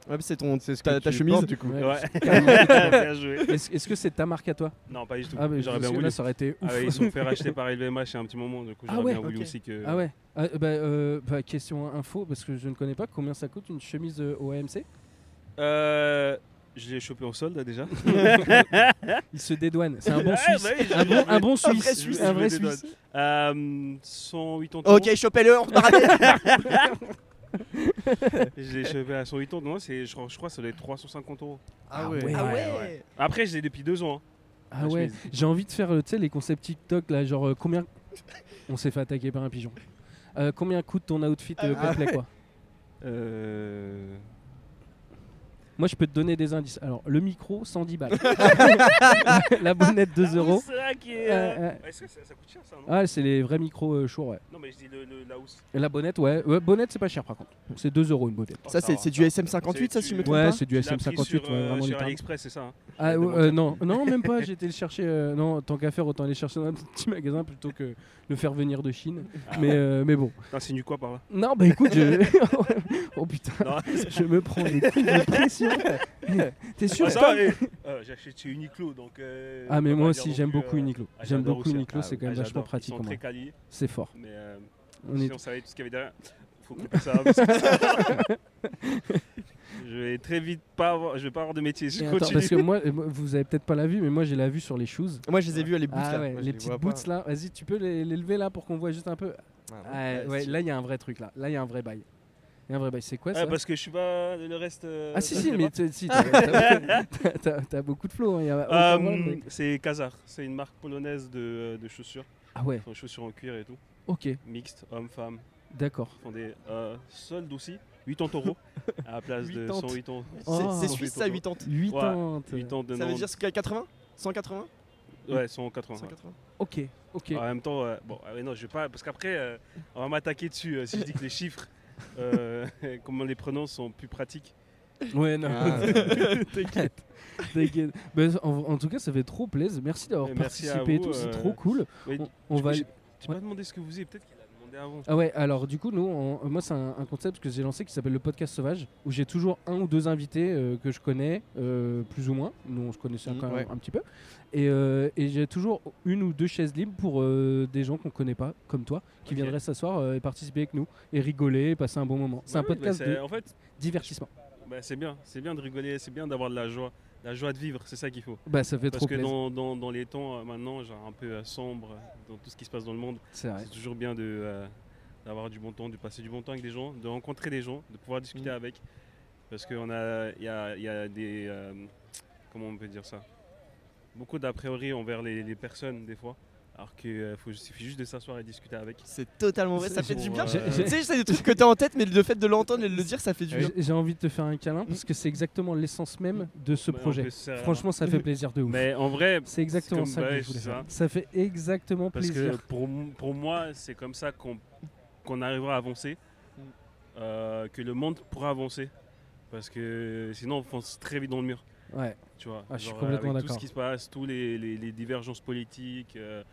Ouais, c'est ton,
C'est ce que
ta, ta
tu
chemise.
portes, du coup.
Ouais.
Ouais, bien joué.
Est-ce est-ce que c'est ta marque à toi
Non, pas du tout.
Ah, mais
J'aurais
parce
bien
que
voulu.
là, ça aurait été
Ah
ouf.
ouais, ils se sont fait racheter par LVMH il y a un petit moment, du coup
Ah
j'aurais
ouais,
bien voulu
ok.
aussi que.
Ah ouais. Ah, bah, euh, bah, question info, parce que je ne connais pas combien ça coûte une chemise euh, OMC.
Euh, je l'ai chopé en solde déjà.
Il se dédouane. C'est un bon
Ouais,
Suisse.
bah oui, je-
un, bon, un bon
Un
Suisse.
vrai Suisse.
Un vrai
Je me dédouane.
Suisse.
Euh, 180 euros.
Ok, chopez-le, on reparle.
Je l'ai chopé à 180 euros. Non, c'est, je, crois- je crois que ça doit être 350 euros.
Ah ouais.
Ah ouais.
ouais. Après, je l'ai depuis deux ans. hein.
Ah
La
ouais,
chemise.
j'ai envie de faire euh, tu sais, les concepts TikTok là, genre euh, combien. On s'est fait attaquer par un pigeon. Euh, combien coûte ton outfit euh,
bah.
Ah
complet quoi
Euh,
Moi je peux te donner des indices. Alors le micro 110 balles. La bonnette 2
ah oui,
euros.
c'est vrai qu'il est,
Euh, euh.
Est-ce que ça, ça coûte cher ça non,
Ah c'est les vrais micros euh, chauds ouais.
non, mais je dis le, le- la housse.
Et la bonnette ouais. ouais bonnette c'est pas cher par contre. C'est 2 euros une bonnette.
Oh,
Ça, c'est
va,
c'est du
va.
SM58, ça,
C'est
si je me
du-
trompe
Ouais
pas
c'est du
Tu l'as pris
SM58
sur,
ouais,
euh,
vraiment
sur
des tartes.
AliExpress, c'est ça. hein.
Ah,
des
ouais,
bons
euh,
tartes.
non non même pas. J'étais le chercher. euh, non tant qu'à faire autant aller chercher dans un petit magasin plutôt que le faire venir de Chine.
Ah.
Mais euh, mais bon.
T'insinues quoi par là
Non, bah écoute, je... oh putain,
Non.
je me prends des coups de pression. T'es sûr
Ouais,
que
ça,
toi-
eh, euh, J'ai acheté chez Uniqlo donc. euh,
Ah, mais
on va
moi
pas
aussi,
dire
j'aime
non plus,
beaucoup
euh,
Uniqlo.
ah,
J'aime
j'adore
beaucoup
aussi.
Uniqlo,
Ah,
c'est quand même
j'adore.
vachement pratique
Ils
en
sont très
vrai.
quali,
C'est fort.
mais euh,
On
si
est...
on savait tout ce qu'il y avait derrière, faut couper ça. parce que- je vais très vite pas avoir, je vais pas avoir de métier. si
Et
Je
attends,
continue.
parce que moi, euh, moi, vous avez peut-être pas la vue, mais moi j'ai la vue sur les shoes.
Moi, je les ai vus, les boots,
Ah
là.
ouais,
moi, je
les
les
petites
vois
boots
pas.
là. Vas-y, tu peux les, les lever là pour qu'on voit juste un peu. Ah, ouais, là il y a un vrai truc là. Là il y a un vrai bail. Il y a un vrai bail. C'est quoi
Ah,
ça
parce que je suis pas le reste. euh,
Ah si
ça,
si,
je
mais
sais
t'es- si, t'as- t'as t'as- t'as beaucoup de flow. hein, y a
pas.
aucun
Euh,
problème, mec.
c'est Kazar, c'est une marque polonaise de, euh, de chaussures,
Ah ouais,
Ils font des chaussures en cuir et tout,
ok,
mixte, hommes-femmes.
d'accord.
Ils font des euh, soldes aussi, 80 euros à la place de
80.
108 euros.
C'est-
Oh.
C'est suisse, ça, 80
8
Ouais,
ans.
8 ans de
Ça veut
non-
dire c'est 80 180
Ouais, 180. ouais.
180
Ok, ok.
En même temps, euh, bon, ah ouais, non, je vais pas, parce qu'après, euh, on va m'attaquer dessus euh, si je dis que les chiffres, euh, comment on les prononce, sont plus pratiques.
Ouais, non.
Ah.
T'inquiète. T'inquiète. Mais en, en tout cas, ça fait trop plaisir. Merci d'avoir
Et merci à
participé et
vous,
tout. C'est
euh,
trop cool.
Mais
On,
du
on
coup,
va.
j'ai- J'ai
Ouais.
pas demandé ce que vous êtes, peut-être qu'il a demandé avant.
Ah ouais, alors du coup, nous, on- moi, c'est un, un concept que j'ai lancé qui s'appelle le podcast sauvage, où j'ai toujours un ou deux invités euh, que je connais, euh, plus ou moins. Nous, on se connaissait
Mm,
Mhm,
quand même
ouais.
un petit peu. Et, euh, et j'ai toujours une ou deux chaises libres pour euh, des gens qu'on connaît pas, comme toi, qui
Ok.
viendraient s'asseoir euh, et participer avec nous, et rigoler, et passer un bon moment. C'est un
Ouais, ouais,
podcast
bah,
de
c'est- En fait,
divertissement.
bah, c'est bien, c'est bien de rigoler, c'est bien d'avoir de la joie, la joie de vivre, c'est ça qu'il faut.
Bah, ça fait
Parce
trop
que
plaisir.
dans, dans- dans les temps euh, maintenant, genre un peu euh, sombres, euh, dans tout ce qui se passe dans le monde,
C'est vrai.
c'est toujours bien de euh, d'avoir du bon temps, de passer du bon temps avec des gens, de rencontrer des gens, de pouvoir
Mm.
discuter avec. Parce qu'on a, il y a, il y a des, euh, comment on peut dire ça, beaucoup d'a priori envers les, les personnes des fois, alors qu'il suffit juste de s'asseoir et discuter avec.
C'est totalement vrai, ça fait
Bon,
du bien.
J'ai-
euh,
j'ai- Euh,
Tu sais, c'est des trucs que t'as en tête, mais le fait de l'entendre et de le dire, ça fait du bien.
J'ai- J'ai envie de te faire un câlin parce que c'est exactement l'essence même de ce
Bah, on
projet.
peut se serrer la main.
Franchement, ça fait plaisir de ouf.
mais en vrai,
C'est exactement
c'est
ça
comme-
que
bah,
je voulais
c'est ça.
faire. Ça fait exactement
Parce que
plaisir.
pour, m- pour moi, c'est comme ça qu'on qu'on arrivera à avancer,
Mm.
euh, que le monde pourra avancer. Parce que sinon, on fonce très vite dans le mur.
Ouais.
Tu vois,
Ah, je suis
Genre,
complètement
avec Tout
d'accord.
ce qui se passe, tous les, les- les divergences politiques, euh,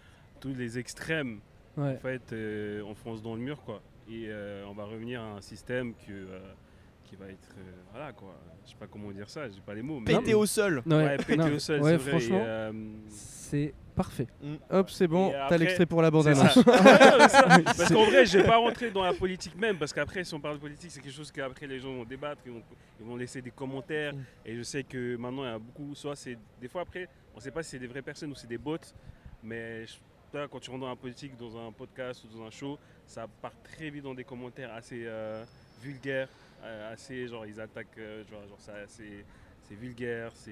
tous les extrêmes, en
ouais.
fait, euh, on fonce dans le mur, quoi. Et euh, on va revenir à un système que, euh, qui va être. euh, voilà, quoi. Je sais pas comment dire ça, j'ai pas les mots. mais-
Pété au sol.
Non,
Ouais, pété
non,
au sol,
ouais,
c'est vrai. et,
franchement,
euh,
c'est Parfait.
Hop, c'est bon,
Et
t'as
après,
l'extrait pour la
C'est ça.
bande-annonce.
Ouais, mais ça, Parce qu'en vrai, je vais pas rentrer dans la politique même, parce qu'après, si on parle de politique, c'est quelque chose qu'après les gens vont débattre, ils vont, ils vont laisser des commentaires.
Mm.
Et je sais que maintenant, il y a beaucoup, soit c'est des fois après, on sait pas si c'est des vraies personnes ou c'est des bots, mais je- là, quand tu rentres dans la politique, dans un podcast ou dans un show, ça part très vite dans des commentaires assez euh, vulgaires, euh, assez genre ils attaquent, euh, genre, genre, ça, c'est c'est vulgaire, c'est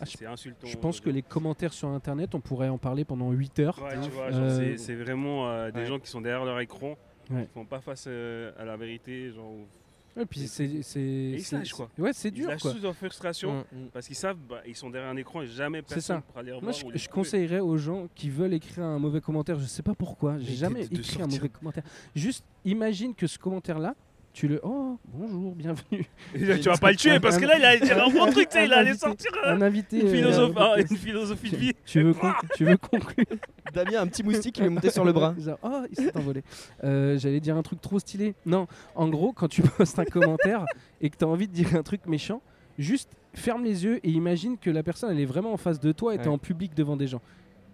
Ah,
c'est- c'est insultant.
Je pense
on va
que les commentaires sur Internet, on pourrait en parler pendant 8 heures.
Ouais, tu vois,
Euh,
genre, c'est- c'est vraiment euh, des
Ouais.
gens qui sont derrière leur écran,
Ouais.
qui font pas face euh, à la vérité, genre ou-
Et puis c'est c'est
ils se
c'est-
lâchent, quoi.
Ouais, c'est
ils
dur
lâchent
quoi. Mm.
tous leur frustration parce qu'ils savent bah, ils sont derrière un écran et jamais
C'est
personne
ça.
pourra les revoir.
Moi, je,
ou les
je
trouver.
conseillerais aux gens qui veulent écrire un mauvais commentaire, je sais pas pourquoi, j'ai
Mais
jamais
de- de
écrit un
sortir.
mauvais commentaire. Juste imagine que ce commentaire-là, tu le. Oh, bonjour, bienvenue.
tu vas pas le tuer parce que là il a dire un bon truc, tu sais, il allait
Invité.
sortir euh,
Un invité.
une,
euh,
philosophe-
un
ah,
invité.
une philosophie de vie.
tu, veux con- tu veux conclure
Damien, un petit moustique qui lui est monté sur le bras.
Genre, oh, il s'est envolé. Euh, J'allais dire un truc trop stylé. Non, en gros, quand tu postes un commentaire et que tu as envie de dire un truc méchant, juste ferme les yeux et imagine que la personne, elle est vraiment en face de toi et t'es
Ouais.
en public devant des gens.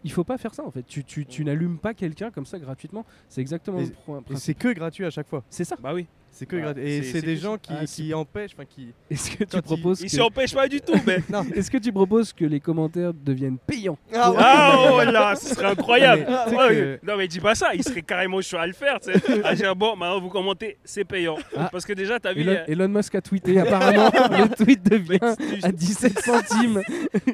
Il faut pas faire ça en fait. Tu, tu, tu n'allumes pas quelqu'un comme ça gratuitement. C'est exactement
Et-
le pro-
Et
principe.
c'est que gratuit à chaque fois.
C'est ça.
Bah oui.
C'est que
Ouais,
gratuit. Et
c'est-
c'est
c'est
des
que
gens qui,
Ah, c'est-
qui empêchent, enfin qui.
Est-ce que tu
Quand il-
proposes
Ils
que, Bah
s'y empêchent pas du tout, mais.
Non.
est-ce que tu proposes que les commentaires deviennent payants
Ah
Ah oh là, ce serait incroyable.
Ah, mais tu sais
Ouais,
que-
mais- Non mais dis pas ça, il serait carrément chaud à le faire. tu sais. À dire bon, maintenant vous commentez, c'est payant.
Ah.
Parce que déjà t'as vu,
Elon,
euh,
Elon Musk a tweeté apparemment le tweet devient
l'excuse.
à 17 centimes.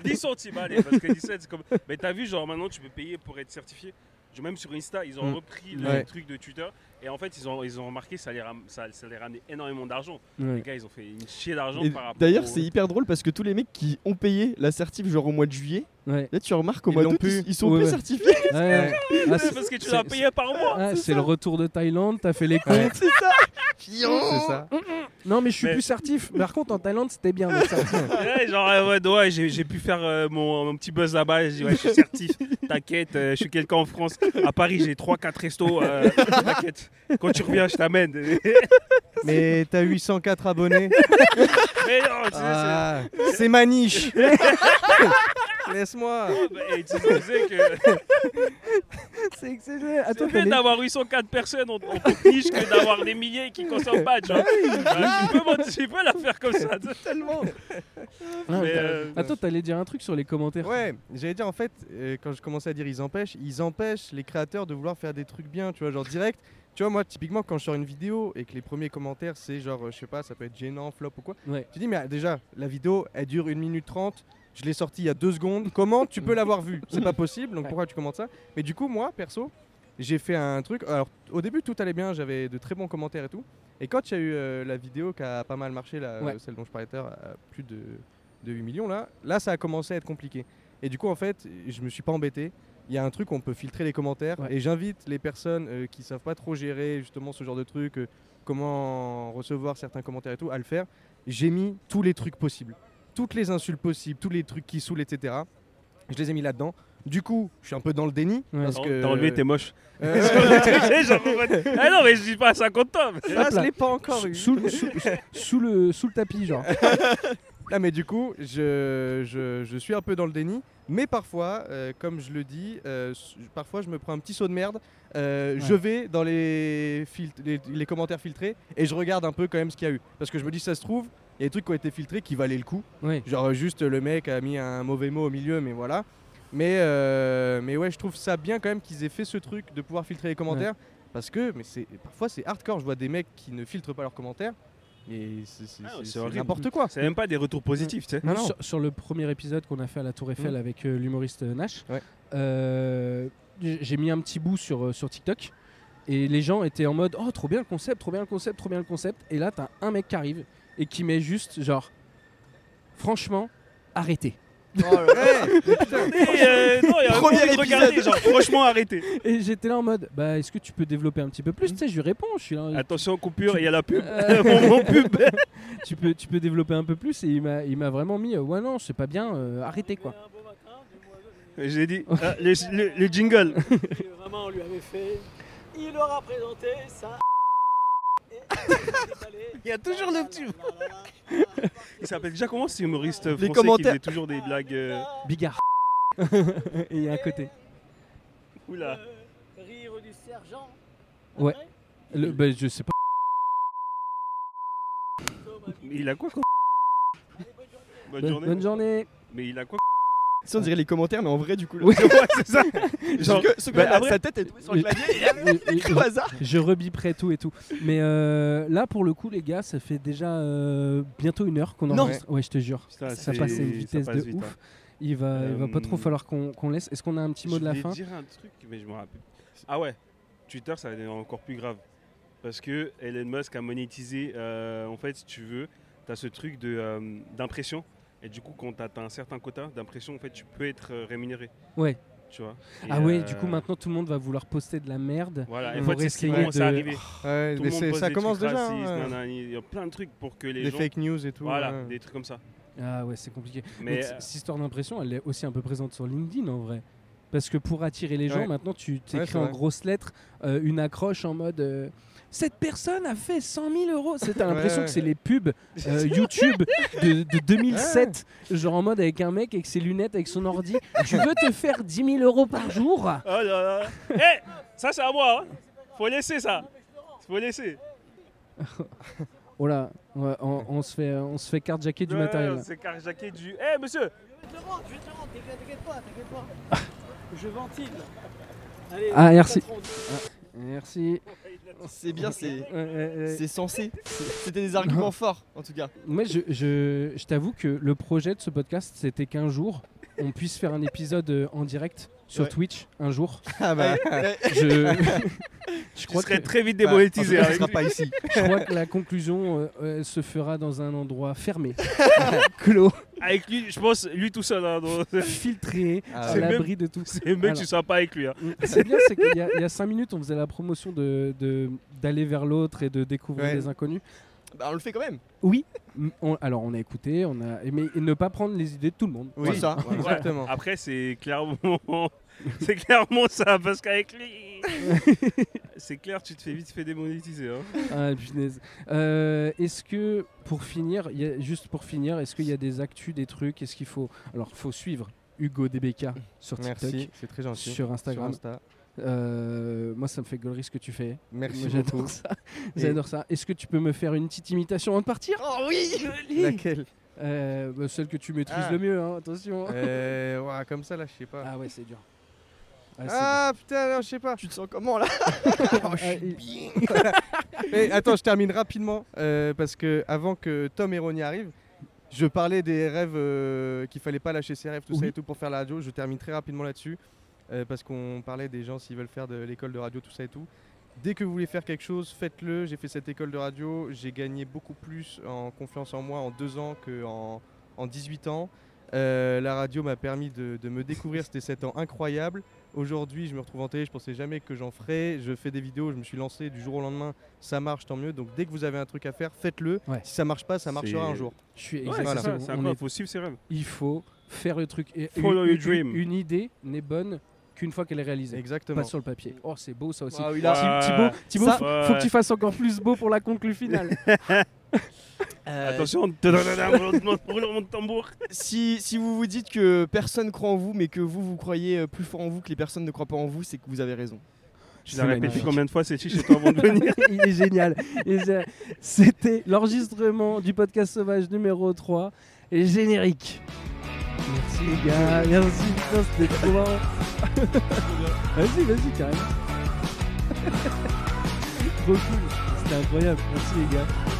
10 centimes, allez, hein, parce que 17, c'est comme. Mais t'as vu, genre maintenant tu peux payer pour être certifié. Je- Même sur Insta, ils ont
Mm.
repris le
Ouais.
truc de Twitter et en fait, ils ont, ils ont remarqué que ça les, ram... ça, ça les ramenait énormément d'argent. Les gars, ils ont fait une chier d'argent
Et
par rapport.
D'ailleurs,
au-
c'est hyper drôle parce que tous les mecs qui ont payé la certif genre au mois de juillet,
Ouais.
là tu remarques au
Ils
mois
l'ont
d'août,
plus.
ils, ils sont
Ouais,
plus
ouais.
certifiés.
Ouais, ouais. Ah,
Ouais,
c'est-
parce que tu
c'est-
l'as payé par mois.
Ah, c'est le retour de Thaïlande, t'as fait les cons.
Ouais.
C'est ça.
C'est ça.
Non, mais je suis
Mais-
plus certif. Par contre, en Thaïlande, c'était bien. d'être certif.
Ouais, genre, euh, ouais, ouais, j'ai j'ai pu faire euh, mon, mon petit buzz là-bas. J'ai dit, ouais, je suis certif. T'inquiète, euh, je suis quelqu'un en France. À Paris, j'ai 3-4 restos. euh, T'inquiète, quand tu reviens, je t'amène. Mais
Mais t'as 804 abonnés.
non, tu sais, c'est-
Ah, c'est ma niche. Laisse-moi.
Oh, bah, Et tu disais que
C'est excellent. Attends,
c'est mieux
t'as les-
d'avoir 804 personnes en en niche que d'avoir des milliers qui consomment pas, tu vois. Bah, tu, peux, mon- tu peux la faire comme ça. tu sais.
Tellement.
Ah,
Mais,
t'as-
euh,
Attends, t'allais dire un truc sur les commentaires.
Ouais, j'allais dire en fait, euh, quand je commençais à dire ils empêchent, ils empêchent les créateurs de vouloir faire des trucs bien, tu vois, genre direct. Tu vois, moi, typiquement, quand je sors une vidéo et que les premiers commentaires, c'est genre, euh, je sais pas, ça peut être gênant, flop ou quoi.
Ouais.
Tu dis, mais euh, déjà, la vidéo, elle dure 1 minute 30, je l'ai sortie il y a 2 secondes, comment tu peux l'avoir vue C'est pas possible, donc
Ouais.
pourquoi tu commentes ça Mais du coup, moi, perso, j'ai fait un truc. Alors, au début, tout allait bien, j'avais de très bons commentaires et tout. Et quand il y a eu euh, la vidéo qui a pas mal marché, là,
Ouais.
euh, celle dont je parlais tout à l'heure, à plus de, de 8 millions, là, là, ça a commencé à être compliqué. Et du coup, en fait, je me suis pas embêté. Il y a un truc, on peut filtrer les commentaires.
Ouais.
Et j'invite les personnes euh, qui savent pas trop gérer justement ce genre de truc, euh, comment recevoir certains commentaires et tout, à le faire. J'ai mis tous les trucs possibles, toutes les insultes possibles, tous les trucs qui saoulent, etc. Je les ai mis là-dedans. Du coup, je suis un peu dans le déni.
Ouais.
parce que-
T'as enlevé, t'es moche.
Euh,
Genre, en mode, ah non, mais je dis pas ça contre toi. mais-
Ah,
Hop
je
là.
l'ai pas encore eu.
Sous, le- sous- sous- sous le, sous le tapis, genre.
Ah mais du coup, je, je, je suis un peu dans le déni, mais parfois, euh, comme je le dis, euh, s- parfois je me prends un petit saut de merde, euh, je vais dans les, filtres- les, les commentaires filtrés et je regarde un peu quand même ce qu'il y a eu. Parce que je me dis, ça se trouve, il y a des trucs qui ont été filtrés qui valaient le coup.
Ouais.
Genre euh, juste le mec a mis un mauvais mot au milieu, mais voilà. Mais, euh, mais ouais, je trouve ça bien quand même qu'ils aient fait ce truc de pouvoir filtrer les commentaires. Parce que mais c'est parfois c'est hardcore, je vois des mecs qui ne filtrent pas leurs commentaires. Et c'est- c'est
Ah,
c'est-
c'est
c'est
horrible.
n'importe quoi.
C'est même pas des retours positifs, tu sais.
Non, non.
Sur, sur le premier épisode qu'on a fait à la Tour Eiffel
Mm.
avec euh, l'humoriste euh, Nash,
Ouais.
euh, j- j'ai mis un petit bout sur, euh, sur TikTok et les gens étaient en mode Oh, trop bien le concept, trop bien le concept, trop bien le concept. Et là, t'as un mec qui arrive et qui met juste genre Franchement, arrêtez.
Et, euh, non, il y a
Premier
envie de regarder,
épisode.
genre, franchement, arrêtez.
Et j'étais là en mode Bah, est-ce que tu peux développer un petit peu
Mm.
plus Tu sais, je lui réponds, je suis là.
Attention, coupure, il y a la pub.
Euh.
Mon mon pub.
tu, peux, tu peux développer un peu plus et il m'a il m'a vraiment mis euh, Ouais, non, c'est pas bien, euh, arrêtez quoi.
J'ai dit, ah, le, le- le jingle.
Et vraiment, on lui avait fait. Il aura présenté ça.
Il y a toujours le petit. Il s'appelle déjà comment ce humoriste français qui
commentaires.
faisait toujours des blagues euh,
Bigard. et à côté.
Oula.
Euh, rire du sergent.
Ouais.
Après,
Le- bah, je sais pas.
Thomas,
Mais il a quoi comme-
allez, bonne journée.
Bonne
Bonne
journée.
bonne journée.
Mais il a quoi
Ça, on dirait les commentaires, mais en vrai, du coup. là-
Oui.
Ouais, c'est ça. Sauf
Genre-
que, sauf que
Bah,
là,
après-
sa tête est tombée sur le
Oui.
clavier, il a
Oui, oui,
au hasard.
Je rebiperai tout et tout. Mais euh, là, pour le coup, les gars, ça fait déjà euh, bientôt une heure qu'on
Non.
enregistre. Ouais, je te jure.
Putain,
Ça
c'est-
passe à une
ça
vitesse
passe
de
vite,
ouf.
hein.
Il va, il va pas trop
Euh,
falloir qu'on qu'on laisse. Est-ce qu'on a un petit mot de la
Je
fin
voulais dire un truc, mais je me rappelle. Ah ouais, Twitter, ça devient encore plus grave. Parce que Elon Musk a monétisé, euh, en fait, si tu veux, tu as ce truc de, euh, d'impression. Et du coup, quand tu un certain quota d'impression, en fait, tu peux être euh, rémunéré.
Ouais.
Tu vois Et,
Ah ouais,
euh,
du coup, maintenant, tout le monde va vouloir poster de la merde.
Voilà, et
on
en fait,
aurait
c'est ce qui
essayé
commence à
de-
arriver.
Ouais,
Tout le
Oh, mais
monde
c'est-
pose
ça
des
commence
trucs
déjà.
racistes,
hein,
nanana, Il y a plein de trucs pour que les
Des
gens.
fake news et tout. hein.
voilà,
ouais.
des trucs comme ça.
Ah ouais, c'est compliqué. Mais
Mais.
euh,
c- cette histoire d'impression, elle est aussi un peu présente sur LinkedIn en vrai. Parce que pour attirer les gens,
Ouais.
maintenant tu t'écris
c'est
en
vrai.
grosses lettres euh, une accroche en mode euh, Cette personne a fait 100 000 euros. C'est- T'as
Ouais,
l'impression
ouais.
que c'est les pubs euh, YouTube de, de 2007,
Ah
genre en mode avec un mec avec ses lunettes, avec son ordi. tu veux te faire 10 000 euros par jour
Oh là là Hé Ça, c'est à moi hein. Faut laisser ça Faut laisser
Oh là, ouais, on, on se fait, on se fait carjacker du
Ouais,
matériel.
C'est carjacké du. Hé monsieur
Je vais te le rendre, je vais te le rendre, t'inquiète t'inquiète pas, t'inquiète pas. Je ventile. Allez,
Ah, merci.
patron,
Merci.
C'est bien, c'est.
Ouais, ouais, ouais.
C'est censé. C'était des arguments forts, en tout cas.
Moi, je, je, je t'avoue que le projet de ce podcast, c'était qu'un jour, on puisse faire un épisode euh, en direct sur
Ouais.
Twitch, un jour.
Ah bah,
Je, je,
Tu
crois, que,
serais très vite
bah,
démonétisé.
Ah,
en tout cas,
hein.
ce sera pas ici.
je crois que la conclusion euh, euh, se fera dans un endroit fermé, clos,
Avec lui, je pense, lui tout seul. hein, dans-
filtré,
Ah
à
ouais.
l'abri de tout.
C'est mieux que
Alors.
tu sois pas avec lui. hein.
C'est bien, c'est qu'il y, a- il y a cinq minutes, on faisait la promotion d'aller de, d'aller vers l'autre et de découvrir
Ouais.
les inconnus.
Bah, on le fait quand même.
Mm, on- alors, on a écouté, on a aimé, et ne pas prendre les idées de tout le monde.
Oui,
C'est ça.
exactement.
Après, c'est clairement. c'est clairement ça, parce qu'avec lui. c'est clair, tu te fais vite fait démonétiser. hein.
Ah, punaise. Euh, est-ce que, pour finir, il y a- juste pour finir, est-ce qu'il y a des actus, des trucs Est-ce qu'il faut. Alors, faut suivre Hugo DBK sur TikTok,
Merci, c'est très gentil.
sur Instagram.
Sur Insta.
Euh, moi, ça me fait gaulerie ce que tu fais.
Merci
Moi,
beaucoup.
J'adore ça.
Et-
J'adore ça. Est-ce que tu peux me faire une petite imitation avant de partir
Oh oui
Jolie
Laquelle
Euh, bah, Celle que tu maîtrises
Ah.
le mieux, hein, attention.
Euh, ouah, Comme ça, là, je sais pas.
Ah ouais, c'est dur. Ah, c'est
Ah putain, non, je sais pas.
Tu te sens comment là Oh,
dur. Ah, il-
Et Eh, attends, je termine rapidement euh, parce que avant que Tom et Ronnie arrivent, je parlais des rêves euh, qu'il fallait pas lâcher ses rêves, tout ça
Oui.
et tout pour faire la radio. Je termine très rapidement là-dessus euh, parce qu'on parlait des gens s'ils veulent faire de l'école de radio, tout ça et tout. Dès que vous voulez faire quelque chose, faites-le. J'ai fait cette école de radio, j'ai gagné beaucoup plus en confiance en moi en deux ans qu'en en 18 ans. Euh, la radio m'a permis de, de me découvrir, c'était 7 ans incroyable. Aujourd'hui, je me retrouve en télé, je pensais jamais que j'en ferais. Je fais des vidéos, je me suis lancé du jour au lendemain, ça marche, tant mieux. Donc dès que vous avez un truc à faire, faites-le.
Ouais.
Si ça marche pas, ça marchera
C'est-
un jour.
Je suis
Ouais,
exactement.
c'est ça,
on
c'est
est
incroyable, faut suivre ses rêves.
il faut faire le truc. Et
Follow
une,
your dream.
une- une idée n'est bonne qu'une fois qu'elle est réalisée.
Exactement.
Pas sur le papier. Oh, c'est beau ça aussi.
Ah oui,
Thi-
là.
Ouais.
Thibaut, Thibaut,
Ça-
faut- faut que tu fasses encore plus beau pour la conclue finale.
Euh,
Attention, roulement mon tambour.
si, si vous vous dites que personne croit en vous, mais que vous, vous croyez euh, plus fort en vous que les personnes ne croient pas en vous, c'est que vous avez raison.
Tu
C'est
l'as répété
magnifique.
combien de fois, c'est chez toi avant de venir
Il est génial. Et c'est- C'était l'enregistrement du podcast sauvage numéro 3 et générique. Merci les gars, merci, putain, c'était trop marrant. vas-y, vas-y, carrément. trop cool, c'était incroyable, merci les gars.